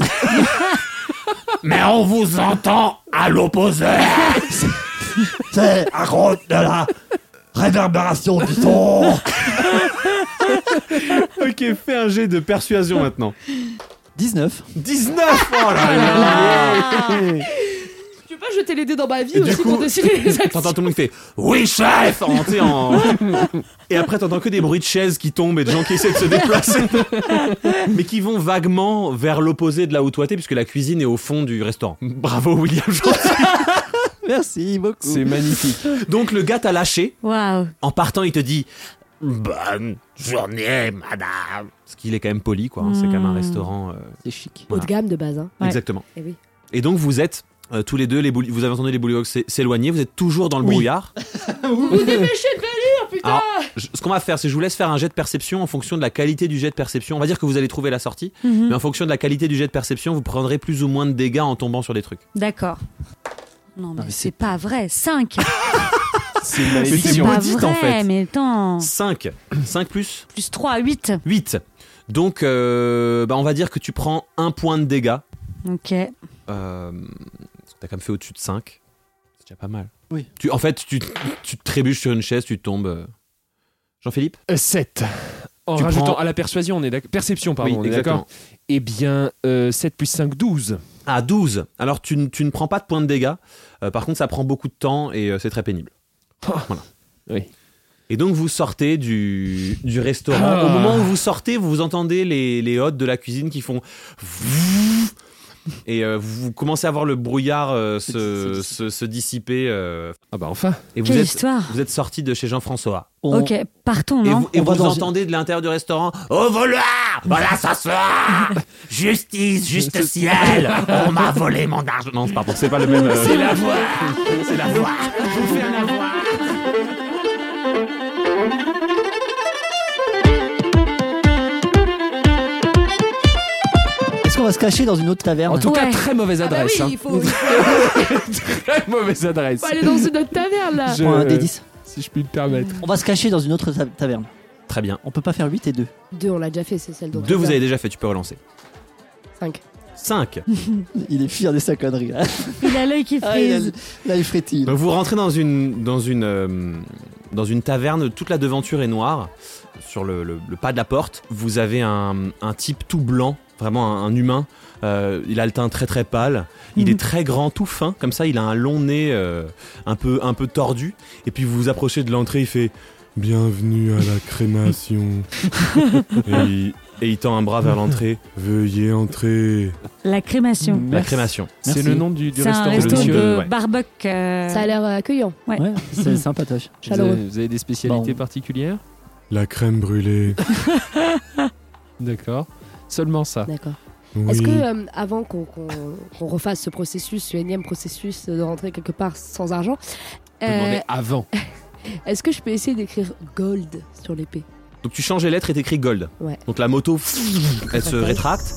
Speaker 1: Mais on vous entend à l'opposé
Speaker 3: (laughs) C'est à cause de la réverbération du son
Speaker 1: Ok, fais un jet de persuasion maintenant.
Speaker 3: 19
Speaker 1: 19 Oh là
Speaker 5: Ah là là.
Speaker 1: là
Speaker 5: Tu veux pas
Speaker 2: jeter les dés dans ma vie
Speaker 1: Et du
Speaker 2: aussi
Speaker 1: coup-
Speaker 2: pour décider
Speaker 1: (laughs)
Speaker 2: les actions.
Speaker 1: T'entends tout le monde qui fait Oui, chef en, tu sais,
Speaker 5: (laughs)
Speaker 1: en- Et après, t'entends que des bruits de chaises qui tombent et de gens qui essaient de se déplacer. Mais qui vont vaguement vers l'opposé de là où toi t'es, puisque la cuisine est au fond du restaurant. Bravo, William. (laughs) Jean.
Speaker 3: Merci beaucoup.
Speaker 4: C'est magnifique.
Speaker 1: Donc, le gars t'a lâché.
Speaker 5: Waouh.
Speaker 1: En partant, il te dit Bonne journée, madame. Parce qu'il est quand même poli, quoi. hein. C'est quand même un
Speaker 5: Mm.
Speaker 1: restaurant. euh,
Speaker 3: C'est chic.
Speaker 2: Haut de gamme de base, hein.
Speaker 5: Ouais.
Speaker 1: Exactement.
Speaker 2: Hmm. Eh oui.
Speaker 1: Et donc, vous êtes. euh, tous les deux, les bouli- vous avez entendu les bullywugs s'é- s'éloigner, vous êtes toujours dans le
Speaker 4: Oui.
Speaker 1: brouillard.
Speaker 2: Vous dépêchez de venir, putain
Speaker 1: Alors, je- ce qu'on va faire, c'est que je vous laisse faire un jet de perception en fonction de la qualité du jet de perception. On va dire que vous allez trouver la sortie,
Speaker 5: Mhm.
Speaker 1: mais en fonction de la qualité du jet de perception, vous prendrez plus ou moins de dégâts en tombant sur des trucs.
Speaker 5: D'accord. Non, mais,
Speaker 3: mais
Speaker 5: c'est
Speaker 3: c'est-
Speaker 5: pas vrai. 5.
Speaker 4: C'est une
Speaker 5: C'est
Speaker 4: malédiction.
Speaker 5: pas
Speaker 1: maudite,
Speaker 5: vrai,
Speaker 1: en fait.
Speaker 5: mais
Speaker 1: (clears throat)
Speaker 5: attends.
Speaker 1: 5. 5 plus
Speaker 5: Plus 3, 8.
Speaker 1: 8. Donc, euh, bah, on va dire que tu prends un point de dégâts.
Speaker 5: Ok.
Speaker 1: Euh, T'as quand même fait au-dessus de 5. C'est déjà pas mal.
Speaker 3: Oui.
Speaker 1: Tu, en fait, tu, tu te trébuches sur une chaise, tu tombes. euh. Jean-Philippe
Speaker 4: 7. En
Speaker 1: Tu
Speaker 4: rajoutant
Speaker 1: prends-
Speaker 4: à la persuasion, on est d'accord. Perception, pardon, on est
Speaker 1: exactement.
Speaker 4: d'accord. Eh bien, euh, 7 plus 5, 12.
Speaker 1: À 12. Alors, tu, ne- tu ne prends pas de points de dégâts. Euh, par contre, ça prend beaucoup de temps et euh, c'est très
Speaker 4: (laughs)
Speaker 1: pénible. Voilà.
Speaker 4: Oh. Oui.
Speaker 1: Et donc, vous sortez du, du restaurant.
Speaker 4: Ah.
Speaker 1: Au moment où vous sortez, vous entendez les, les hôtes de la cuisine qui font. (laughs) Et euh, vous commencez à voir le brouillard euh,
Speaker 3: Se
Speaker 1: se,
Speaker 3: dis- se
Speaker 1: se- se dissiper. euh,
Speaker 4: Ah bah enfin.
Speaker 1: et vous
Speaker 5: Quelle
Speaker 1: êtes,
Speaker 5: histoire.
Speaker 1: vous êtes sorti de chez Jean-François.
Speaker 3: On-
Speaker 5: Ok, partons,
Speaker 1: Et
Speaker 5: non
Speaker 1: vous, et
Speaker 3: on va
Speaker 1: vous
Speaker 3: dans-
Speaker 1: entendez de l'intérieur du restaurant Au voleur Voilà, ça sort Justice, juste ciel On m'a volé mon argent Non, c'est pas bon, c'est pas le même. euh,
Speaker 4: la voix
Speaker 1: c'est la voix Je vous fais un avoir
Speaker 3: Est-ce qu'on va se cacher dans une autre
Speaker 4: En
Speaker 3: taverne
Speaker 4: tout cas,
Speaker 5: Ouais.
Speaker 4: très mauvaise
Speaker 2: Ah bah
Speaker 4: adresse.
Speaker 2: oui,
Speaker 4: hein.
Speaker 2: il faut, il faut-
Speaker 4: Très mauvaise adresse.
Speaker 2: faut aller dans une autre taverne là.
Speaker 4: Je-
Speaker 3: Prends un des 10.
Speaker 4: Si je puis me permettre.
Speaker 3: On va se cacher dans une autre ta- taverne.
Speaker 1: Très bien.
Speaker 3: On peut pas faire 8 et 2.
Speaker 2: Deux, on l'a déjà fait, c'est celle dont.
Speaker 1: Deux, vous avez déjà fait, tu peux relancer.
Speaker 2: Cinq.
Speaker 1: 5.
Speaker 3: Il est fier de sa connerie. hein. Là,
Speaker 5: (laughs) Il a l'œil qui
Speaker 3: Ah, il a-
Speaker 5: frise.
Speaker 3: là, il frétille.
Speaker 1: Donc vous rentrez dans une, dans une, euh, dans une taverne, toute la devanture est noire. Sur le, le- le pas de la porte, vous avez un, un type tout blanc, vraiment un, un humain. Euh, il a le teint très très pâle, il
Speaker 5: Mhm.
Speaker 1: est très grand, tout fin, comme ça il a un long nez euh, un, peu, un peu tordu. Et puis vous vous approchez de l'entrée, il fait Bienvenue à la crémation. et, il, et il tend un bras vers l'entrée. Veuillez entrer.
Speaker 5: La crémation.
Speaker 1: La
Speaker 3: Merci.
Speaker 1: crémation.
Speaker 4: C'est
Speaker 3: Merci.
Speaker 4: le nom du, du
Speaker 5: C'est un
Speaker 4: restaurant.
Speaker 5: resto
Speaker 1: monsieur,
Speaker 5: de
Speaker 1: ouais.
Speaker 5: barbuck. euh,
Speaker 2: Ça a l'air euh, accueillant.
Speaker 3: Ouais, c'est sympatoche.
Speaker 4: Vous
Speaker 2: Chaleureux.
Speaker 4: avez, vous avez des spécialités
Speaker 3: Bon.
Speaker 4: particulières
Speaker 6: La crème brûlée.
Speaker 4: D'accord. Seulement
Speaker 5: Euh,
Speaker 4: ça.
Speaker 2: D'accord.
Speaker 6: Oui.
Speaker 2: Est-ce que, euh, avant qu'on qu'on- qu'on refasse ce processus, ce énième processus de rentrer quelque part sans argent,
Speaker 4: On peut
Speaker 2: euh,
Speaker 4: demander avant.
Speaker 5: (laughs)
Speaker 2: est-ce que je peux essayer d'écrire gold sur l'épée
Speaker 1: Donc tu changes les lettres et t'écris gold.
Speaker 2: Ouais.
Speaker 1: Donc la moto, elle se rétracte.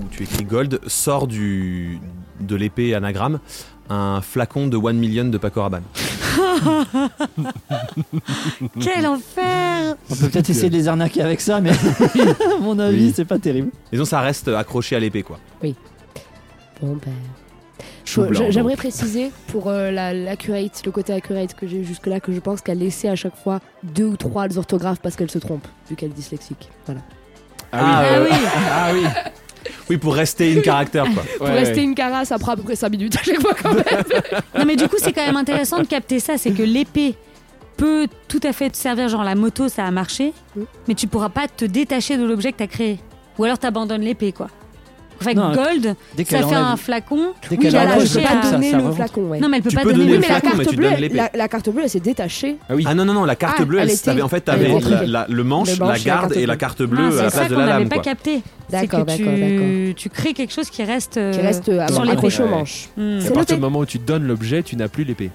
Speaker 1: Ou tu écris gold, sort du, de l'épée anagramme un flacon de 1 million de Paco Rabanne.
Speaker 5: Quel enfer
Speaker 3: On peut peut-être essayer de les arnaquer avec ça, mais à mon avis,
Speaker 1: Oui.
Speaker 3: c'est pas terrible.
Speaker 1: Et donc ça reste accroché à l'épée quoi.
Speaker 2: Bon ben.
Speaker 1: Chou
Speaker 2: Je-
Speaker 1: blanc,
Speaker 2: je-
Speaker 1: donc.
Speaker 2: J'aimerais préciser pour euh, la- l'accurate, le côté accurate que j'ai eu jusque-là, que je pense qu'elle laissait à chaque fois deux ou trois orthographes parce qu'elle se trompe, vu qu'elle est dyslexique. Voilà.
Speaker 1: Ah,
Speaker 5: Ah
Speaker 1: euh,
Speaker 5: oui
Speaker 4: Ah oui.
Speaker 1: Oui pour rester une caractère quoi.
Speaker 2: pour rester une cara, ça prend à peu près 5 minutes à chaque fois quand même.
Speaker 5: Non mais du coup c'est quand même intéressant de capter ça, c'est que l'épée peut tout à fait te servir, genre la moto ça a marché,
Speaker 2: Oui.
Speaker 5: mais tu pourras pas te détacher de l'objet que t'as créé. Ou alors t'abandonnes l'épée quoi. Enfin avec
Speaker 3: Non,
Speaker 5: Gold,
Speaker 3: Dès
Speaker 5: ça
Speaker 3: qu'elle
Speaker 5: fait un
Speaker 3: enlève,
Speaker 5: flacon.
Speaker 3: dès qu'elle
Speaker 5: Oui, mais
Speaker 2: elle
Speaker 5: alors,
Speaker 3: enlève
Speaker 5: je
Speaker 2: peut
Speaker 3: le
Speaker 2: pas
Speaker 5: sais
Speaker 3: truc,
Speaker 5: pas
Speaker 3: ça,
Speaker 2: donner
Speaker 3: ça
Speaker 2: le
Speaker 3: remonte.
Speaker 2: flacon, ouais.
Speaker 5: Non mais elle peut
Speaker 1: Tu
Speaker 5: pas
Speaker 1: peux
Speaker 5: donner,
Speaker 1: donner
Speaker 2: Oui,
Speaker 1: le
Speaker 5: l'épée.
Speaker 2: mais la
Speaker 1: flacon, mais
Speaker 2: carte,
Speaker 1: tu
Speaker 2: bleue,
Speaker 1: donnes l'épée.
Speaker 2: la, la carte bleue, elle s'est détachée.
Speaker 4: Ah oui.
Speaker 1: Ah non non non la carte
Speaker 2: Ah,
Speaker 1: bleue
Speaker 2: elle
Speaker 1: elle,
Speaker 2: était-
Speaker 1: t'avais- en fait
Speaker 2: elle
Speaker 1: t'avais
Speaker 2: était
Speaker 1: la-
Speaker 2: rentrée.
Speaker 1: la- le manche,
Speaker 2: Le manche
Speaker 1: la
Speaker 2: et la
Speaker 1: garde
Speaker 2: carte
Speaker 1: et la
Speaker 2: bleue.
Speaker 1: carte
Speaker 5: Ah,
Speaker 1: bleue à la
Speaker 5: c'est
Speaker 1: place
Speaker 5: ça
Speaker 1: de
Speaker 5: qu'on
Speaker 1: la
Speaker 5: n'avait
Speaker 1: lame
Speaker 5: pas
Speaker 1: quoi.
Speaker 5: capté. C'est
Speaker 2: D'accord,
Speaker 5: que tu...
Speaker 2: d'accord, d'accord.
Speaker 5: tu crées quelque chose qui reste, euh,
Speaker 2: Qui reste euh,
Speaker 5: sur l'épée.
Speaker 2: accrochée au
Speaker 4: Ouais.
Speaker 2: manche.
Speaker 5: hmm.
Speaker 4: À
Speaker 2: C'est
Speaker 4: partir
Speaker 2: noté.
Speaker 4: du moment où tu donnes l'objet, tu n'as plus l'épée.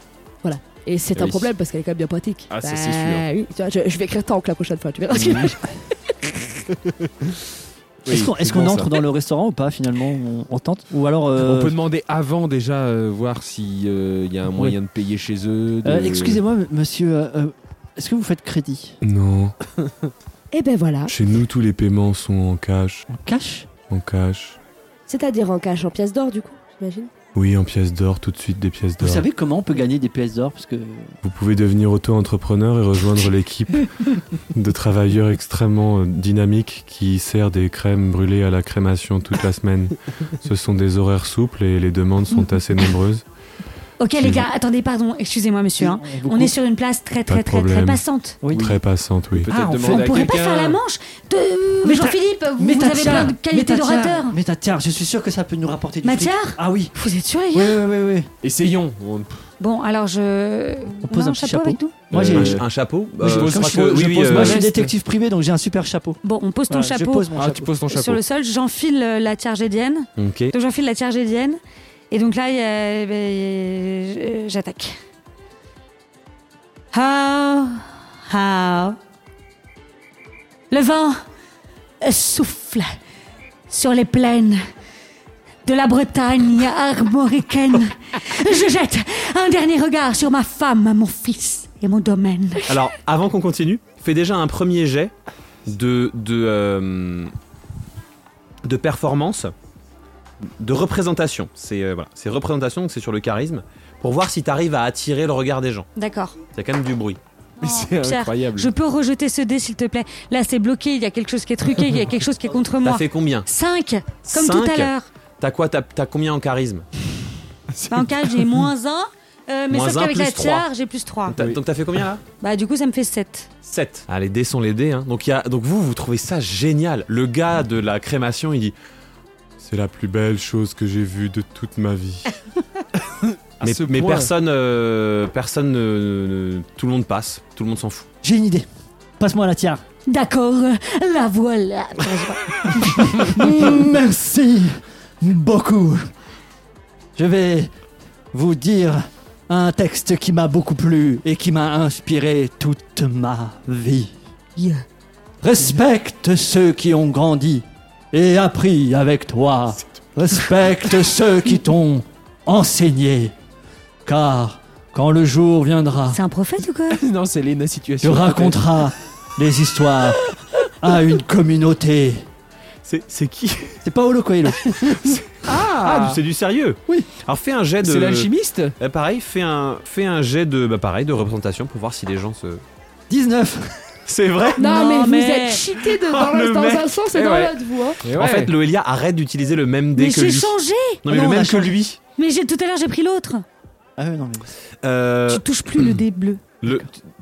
Speaker 2: Et c'est
Speaker 4: Ah
Speaker 2: un
Speaker 4: oui.
Speaker 2: problème parce qu'elle est quand même bien pratique.
Speaker 4: Ah, ça,
Speaker 2: Bah
Speaker 4: c'est sûr.
Speaker 2: oui. Tu vois, je, je vais écrire tank la prochaine fois, tu verras ce qu'il va-
Speaker 3: Est-ce qu'on
Speaker 4: Oui,
Speaker 3: est-ce
Speaker 4: c'est
Speaker 3: qu'on
Speaker 4: bon,
Speaker 3: entre
Speaker 4: ça.
Speaker 3: dans le restaurant ou pas finalement on, on tente Ou alors.
Speaker 4: On
Speaker 3: euh,
Speaker 4: peut demander avant déjà euh, voir s'il y a un moyen de payer chez eux. de-
Speaker 3: euh, Excusez-moi, m- monsieur. euh, euh, Est-ce que vous faites crédit
Speaker 6: Non.
Speaker 2: Et ben voilà,
Speaker 6: Chez nous, tous les paiements sont en cash.
Speaker 3: En cash
Speaker 6: En cash.
Speaker 2: c'est-à-dire en cash, en pièces d'or du coup, j'imagine.
Speaker 6: Oui, en pièces d'or, tout de suite des pièces
Speaker 3: Vous
Speaker 6: d'or.
Speaker 3: savez comment on peut gagner des pièces d'or Parce que.
Speaker 6: Vous pouvez devenir auto-entrepreneur et
Speaker 3: (laughs)
Speaker 6: rejoindre l'équipe de travailleurs extrêmement euh, dynamiques qui sert des crèmes brûlées à la crémation toute la semaine. Ce sont des horaires souples et les demandes sont assez nombreuses.
Speaker 5: Ok les gars, attendez, pardon, excusez-moi monsieur. hein.
Speaker 3: vous
Speaker 5: On est
Speaker 3: coupe.
Speaker 5: sur une place très
Speaker 6: Pas
Speaker 5: très
Speaker 6: de
Speaker 5: très très
Speaker 6: problème.
Speaker 5: passante.
Speaker 3: Oui.
Speaker 6: Très passante, oui.
Speaker 4: Peut-être
Speaker 3: Ah, on
Speaker 4: demander
Speaker 3: fait-
Speaker 5: On
Speaker 4: à
Speaker 5: pourrait pas
Speaker 4: quelqu'un-
Speaker 5: faire la manche de
Speaker 3: Mais ta-
Speaker 5: Jean-Philippe, vous, vous avez plein de qualités d'orateur.
Speaker 3: Mais Tatiar, je suis sûr que ça peut nous rapporter du
Speaker 5: Matière
Speaker 3: fric. Ah oui.
Speaker 5: Vous êtes sûr les
Speaker 3: Oui,
Speaker 5: gars
Speaker 3: oui, oui, oui.
Speaker 4: Essayons. On-
Speaker 5: Bon, alors je.
Speaker 3: On pose un
Speaker 5: a
Speaker 3: petit chapeau.
Speaker 5: avec nous
Speaker 3: Moi,
Speaker 4: Euh,
Speaker 3: j'ai-
Speaker 1: Un,
Speaker 3: je-
Speaker 1: cha- un chapeau
Speaker 4: Oui, je
Speaker 1: Euh,
Speaker 4: pose
Speaker 1: je
Speaker 4: un
Speaker 1: pense
Speaker 4: chapeau,
Speaker 1: que-
Speaker 4: je
Speaker 1: oui,
Speaker 4: pose
Speaker 1: oui,
Speaker 3: Moi,
Speaker 1: euh,
Speaker 3: je suis
Speaker 4: reste.
Speaker 3: détective privé, donc j'ai un super chapeau.
Speaker 5: Bon, on pose ton
Speaker 3: Voilà, Je
Speaker 5: chapeau
Speaker 3: pose mon
Speaker 4: Ah,
Speaker 3: chapeau.
Speaker 4: tu poses ton
Speaker 5: sur
Speaker 4: chapeau.
Speaker 5: le sol. J'enfile euh, la Tiergédienne.
Speaker 1: Ok.
Speaker 5: Donc j'enfile la Tiergédienne. Et donc là, il y a- ben, euh, j'attaque. How, how. Le vent souffle sur les plaines de la Bretagne armoricaine.
Speaker 3: (laughs)
Speaker 5: Je jette un dernier regard sur ma femme, mon fils et mon domaine.
Speaker 1: Alors, avant qu'on continue, fais déjà un premier jet de de, euh, de performance, de représentation. C'est euh, voilà, c'est représentation, donc c'est sur le charisme, pour voir si t'arrives à attirer le regard des gens.
Speaker 5: D'accord.
Speaker 1: C'est quand même du bruit.
Speaker 4: Mais (laughs) c'est
Speaker 5: Pierre,
Speaker 4: incroyable.
Speaker 5: Je peux rejeter ce dé, s'il te plaît. Là, c'est bloqué, il y a quelque chose qui est truqué, il y a quelque chose qui est contre
Speaker 1: T'as
Speaker 5: moi.
Speaker 1: fait combien
Speaker 5: 5, comme tout à
Speaker 1: Cinq
Speaker 5: l'heure.
Speaker 1: T'as quoi T'as t'as combien en charisme
Speaker 5: Bah, en cas, j'ai moins 1, mais
Speaker 1: Moins
Speaker 5: sauf
Speaker 1: un,
Speaker 5: qu'avec
Speaker 1: plus
Speaker 5: la
Speaker 1: trois.
Speaker 5: tiare, j'ai plus 3.
Speaker 1: T'as- Donc t'as fait combien là
Speaker 5: Bah, du coup, ça me fait 7.
Speaker 1: 7. Allez, dés sont les dés. Hein. Donc, il y a... Donc vous, vous trouvez ça génial. Le gars de la crémation, il dit
Speaker 6: C'est la plus belle chose que j'ai vue de toute ma vie.
Speaker 4: À
Speaker 1: Mais,
Speaker 4: ce
Speaker 1: mais
Speaker 4: point.
Speaker 1: personne, euh, personne, euh, euh, tout le monde passe, tout le monde s'en fout.
Speaker 3: J'ai une idée. Passe-moi la
Speaker 5: (laughs)
Speaker 3: tiare.
Speaker 5: D'accord, la voilà. Attends, je vois. Mm,
Speaker 3: Merci beaucoup. Je vais vous dire un texte qui m'a beaucoup plu et qui m'a inspiré toute ma vie. Respecte ceux qui ont grandi et appris avec toi. Respecte ceux qui t'ont enseigné. Car quand le jour viendra,
Speaker 5: C'est un prophète ou quoi
Speaker 4: Non, c'est Lena
Speaker 3: tu
Speaker 4: situation.
Speaker 3: raconteras les histoires à une communauté.
Speaker 1: C'est qui
Speaker 3: C'est Paolo Coelho.
Speaker 1: Ah, du- c'est du sérieux.
Speaker 3: Oui.
Speaker 1: Alors fais un jet de.
Speaker 4: C'est l'alchimiste
Speaker 1: Euh, pareil, fais un, fais un jet de, bah, pareil, de représentation pour voir si les gens se.
Speaker 3: 19.
Speaker 1: C'est vrai.
Speaker 5: Non,
Speaker 2: Non, mais, vous
Speaker 5: mais-
Speaker 2: êtes cheaté de-
Speaker 1: Ah,
Speaker 2: dans,
Speaker 1: le
Speaker 2: le- dans
Speaker 1: mec.
Speaker 2: un sens et
Speaker 1: Eh
Speaker 2: dans
Speaker 1: ouais.
Speaker 2: l'autre, vous. hein.
Speaker 1: En fait, Loelia arrête d'utiliser le même dé
Speaker 5: Mais
Speaker 1: que
Speaker 5: j'ai
Speaker 1: lui.
Speaker 5: changé
Speaker 1: Non mais
Speaker 3: Non,
Speaker 1: le
Speaker 3: on a
Speaker 1: même que
Speaker 3: changé.
Speaker 1: lui.
Speaker 5: Mais j'ai tout à l'heure, j'ai pris l'autre.
Speaker 3: Ah oui, non, mais...
Speaker 1: Euh,
Speaker 5: Tu touches plus le dé bleu.
Speaker 1: le-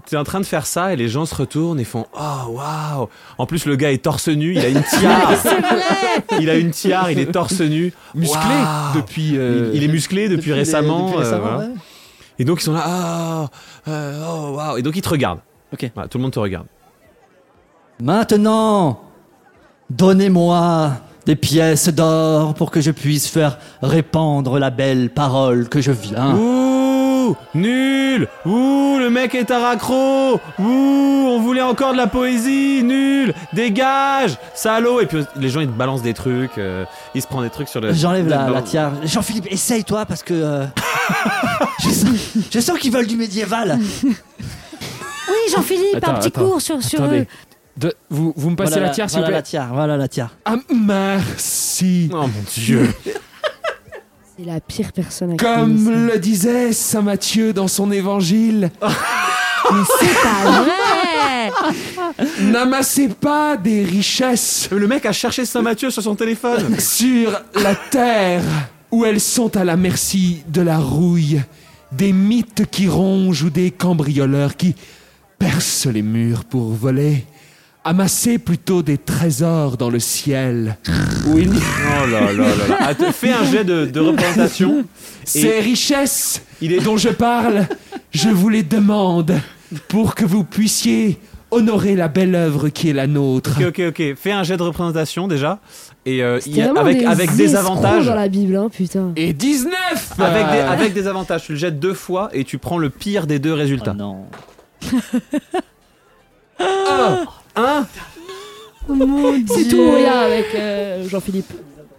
Speaker 1: T'es en train de faire ça et les gens se retournent et font oh waouh. En plus le gars est torse nu,
Speaker 5: (laughs)
Speaker 1: il a une tiare,
Speaker 5: C'est vrai
Speaker 1: il a une tiare, il est torse nu,
Speaker 4: musclé
Speaker 1: Waouh.
Speaker 4: depuis.
Speaker 1: il,
Speaker 4: euh,
Speaker 1: il est musclé depuis,
Speaker 3: les-
Speaker 1: récemment.
Speaker 3: depuis
Speaker 1: euh,
Speaker 3: récemment,
Speaker 1: voilà.
Speaker 3: ouais.
Speaker 1: Et donc ils sont là, ah, euh, oh, waouh. Et donc ils te regardent.
Speaker 3: Ok.
Speaker 1: Voilà, tout le monde te regarde.
Speaker 3: Maintenant, donnez-moi des pièces d'or pour que je puisse faire répandre la belle parole que je
Speaker 2: Ah.
Speaker 3: viens.
Speaker 1: Ouh, nul. Ouh, le mec est un raccro. Ouh, on voulait encore de la poésie. Nul. Dégage, salaud. Et puis les gens ils te balancent des trucs. euh, ils se prennent des trucs sur le.
Speaker 3: J'enlève la,
Speaker 1: le-
Speaker 3: la tiare. Jean-Philippe, essaye-toi parce que.
Speaker 4: (laughs)
Speaker 3: euh, je sens, je sens qu'ils veulent du médiéval.
Speaker 5: Oui, Jean-Philippe, un
Speaker 4: Attends,
Speaker 5: petit
Speaker 4: attends.
Speaker 5: cours sur, sur
Speaker 4: Attendez.
Speaker 5: eux.
Speaker 4: De- Vous, vous me passez
Speaker 3: Voilà
Speaker 4: la tiare, s'il
Speaker 3: voilà
Speaker 4: vous
Speaker 3: la
Speaker 4: plaît
Speaker 3: tiare, voilà la tiare.
Speaker 4: Ah, merci
Speaker 1: Oh mon
Speaker 2: (laughs)
Speaker 1: dieu.
Speaker 2: C'est la pire personne à qui
Speaker 4: Comme
Speaker 2: connaisse.
Speaker 4: le disait saint Matthieu dans son évangile,
Speaker 5: Mais c'est pas vrai
Speaker 4: n'amassez pas des richesses
Speaker 1: le mec a cherché Saint Mathieu sur son téléphone.
Speaker 2: (laughs)
Speaker 4: sur la terre où elles sont à la merci de la rouille, des mythes qui rongent ou des cambrioleurs qui percent les murs pour voler. Amassez plutôt des trésors dans le ciel. Où il n'y-
Speaker 1: oh là là là. là. Attends, Fais un jet de, de représentation.
Speaker 4: Ces richesses
Speaker 1: Il est
Speaker 4: dont je parle, je vous les demande pour que vous puissiez honorer la belle œuvre qui est la nôtre.
Speaker 1: Ok, ok, ok. Fais un jet de représentation déjà. Et euh, il
Speaker 2: C'était
Speaker 1: y a-
Speaker 2: vraiment
Speaker 1: avec, avec des
Speaker 2: escrocs
Speaker 1: avantages.
Speaker 2: dans la Bible, hein, putain.
Speaker 4: Et 19
Speaker 1: Avec des,
Speaker 4: euh,
Speaker 1: avec des avantages. Tu le jettes deux fois et tu prends le pire des deux résultats.
Speaker 3: non.
Speaker 1: Un
Speaker 2: C'est tout ou rien avec euh, Jean-Philippe.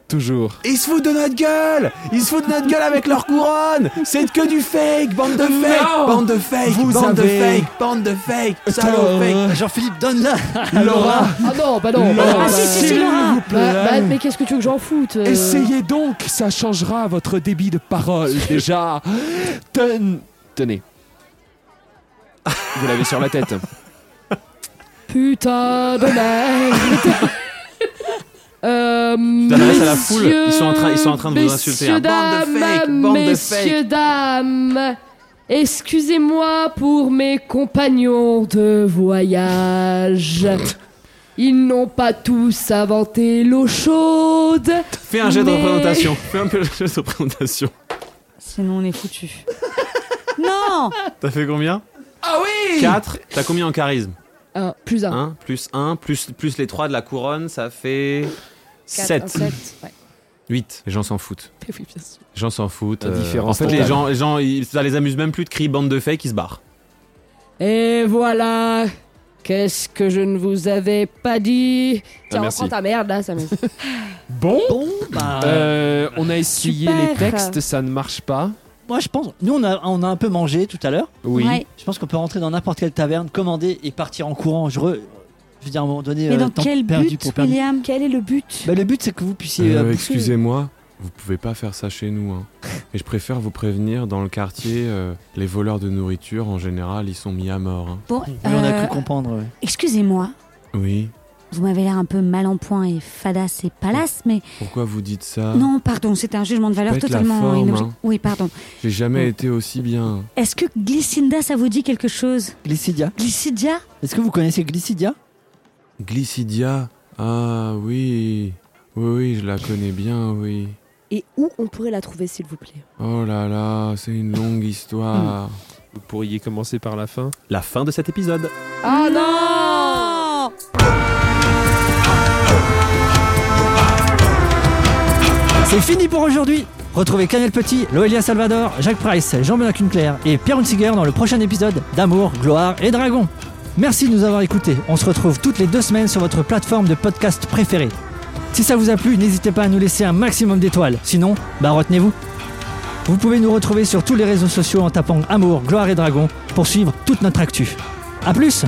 Speaker 4: Toujours.
Speaker 1: Ils se foutent de notre gueule Ils se foutent de notre gueule avec leur couronne C'est que du fake Bande de fake
Speaker 4: Non
Speaker 1: Bande de fake
Speaker 4: Vous
Speaker 1: Bande de
Speaker 4: avez-
Speaker 1: fake Bande de fake Salaud
Speaker 4: Tort.
Speaker 1: fake
Speaker 3: Euh, Jean-Philippe, donne-la.
Speaker 4: Laura,
Speaker 2: Ah non, bah non.
Speaker 4: Laura,
Speaker 2: bah non,
Speaker 5: Ah, si, si, si,
Speaker 4: s'il
Speaker 5: Laura.
Speaker 4: vous
Speaker 2: bah- bah-
Speaker 4: plaît.
Speaker 2: mais qu'est-ce que tu veux que j'en foute euh,
Speaker 4: Essayez donc, ça changera votre débit de parole déjà. Ten- Tenez. Vous l'avez sur la tête.
Speaker 1: (laughs)
Speaker 2: Putain de merde. Euh,
Speaker 7: Euh,
Speaker 1: Tu t'adresses à la foule,
Speaker 7: messieurs,
Speaker 1: ils sont en train- ils sont en train de vous
Speaker 7: messieurs,
Speaker 1: insulter, hein. Bande
Speaker 7: dames,
Speaker 1: de fakes, bande de
Speaker 7: messieurs, dames, excusez-moi pour mes compagnons de voyage. Ils n'ont pas tous inventé l'eau chaude.
Speaker 1: Fais un jet de
Speaker 7: Mais-
Speaker 1: représentation. (laughs) Fais un peu le jet de représentation.
Speaker 5: Sinon, on est foutu. non
Speaker 1: T'as fait combien
Speaker 7: Ah oui
Speaker 1: 4. T'as combien en charisme
Speaker 7: Un, plus un.
Speaker 1: 1 plus 1 plus, plus les 3 de la couronne, ça fait
Speaker 7: Quatre,
Speaker 1: 7.
Speaker 7: un, sept, ouais.
Speaker 1: 8. Les gens s'en foutent.
Speaker 7: Mais oui, bien sûr.
Speaker 1: Les gens s'en foutent. euh,
Speaker 4: La
Speaker 1: en
Speaker 4: différence
Speaker 1: fait, les
Speaker 4: totale.
Speaker 1: gens, les gens, ils- ça les amuse même plus de crier bande de fakes, ils se barrent.
Speaker 7: Et voilà Qu'est-ce que je ne vous avais pas dit Tiens,
Speaker 1: Ah, merci.
Speaker 7: reprends ta merde là,
Speaker 1: (laughs)
Speaker 7: ça me...
Speaker 4: Bon,
Speaker 3: Bon, bah,
Speaker 4: euh, on a essayé les
Speaker 5: Super.
Speaker 4: textes, ça ne marche pas.
Speaker 3: moi je pense. Nous, on a, on a un peu mangé tout à l'heure.
Speaker 4: Oui.
Speaker 5: Ouais.
Speaker 3: Je pense qu'on peut rentrer dans n'importe quelle taverne, commander et partir en courant. Je, re- je veux dire, à un moment donné,
Speaker 5: Mais
Speaker 3: euh,
Speaker 5: dans
Speaker 3: temps
Speaker 5: quel
Speaker 3: perdu
Speaker 5: but,
Speaker 3: pour perdu.
Speaker 5: William Quel est le but
Speaker 3: Bah, le but, c'est que vous puissiez.
Speaker 6: Euh,
Speaker 3: euh,
Speaker 6: Excusez-moi, vous pouvez pas faire ça chez nous. Hein. Et je préfère vous prévenir, dans le quartier, euh, les voleurs de nourriture, en général, ils sont mis à mort. hein.
Speaker 5: Bon,
Speaker 3: Oui, on a
Speaker 5: euh,
Speaker 3: cru comprendre. ouais.
Speaker 5: excusez-moi,
Speaker 6: Oui,
Speaker 5: vous m'avez l'air un peu mal en point et fadasse et palace, mais
Speaker 6: pourquoi vous dites ça
Speaker 5: non, pardon, c'était un jugement de valeur
Speaker 6: Faites Ah. la
Speaker 5: totalement
Speaker 6: forme,
Speaker 5: inobjet.
Speaker 6: hein.
Speaker 5: Oui, pardon.
Speaker 6: J'ai jamais été aussi bien.
Speaker 5: Est-ce que Glycinda, ça vous dit quelque chose
Speaker 3: Glycidia.
Speaker 5: Glycidia
Speaker 3: Est-ce que vous connaissez Glycidia
Speaker 6: Glycidia Ah oui, oui, oui, je la connais bien, oui.
Speaker 2: Et où on pourrait la trouver, s'il vous plaît
Speaker 6: Oh là là, c'est une longue histoire.
Speaker 4: Vous pourriez commencer par la fin.
Speaker 1: La fin de cet épisode.
Speaker 2: Oh
Speaker 7: Ah non
Speaker 3: C'est fini pour aujourd'hui. Retrouvez Canel Petit, Loelia Salvador, Jacques Price, Jean-Benoît Kunkler et Pierre Hunziger dans le prochain épisode d'Amour, Gloire et Dragon. Merci de nous avoir écoutés. On se retrouve toutes les deux semaines sur votre plateforme de podcast préférée. Si ça vous a plu, n'hésitez pas à nous laisser un maximum d'étoiles. Sinon, bah retenez-vous. Vous pouvez nous retrouver sur tous les réseaux sociaux en tapant Amour, Gloire et Dragon pour suivre toute notre actu. A plus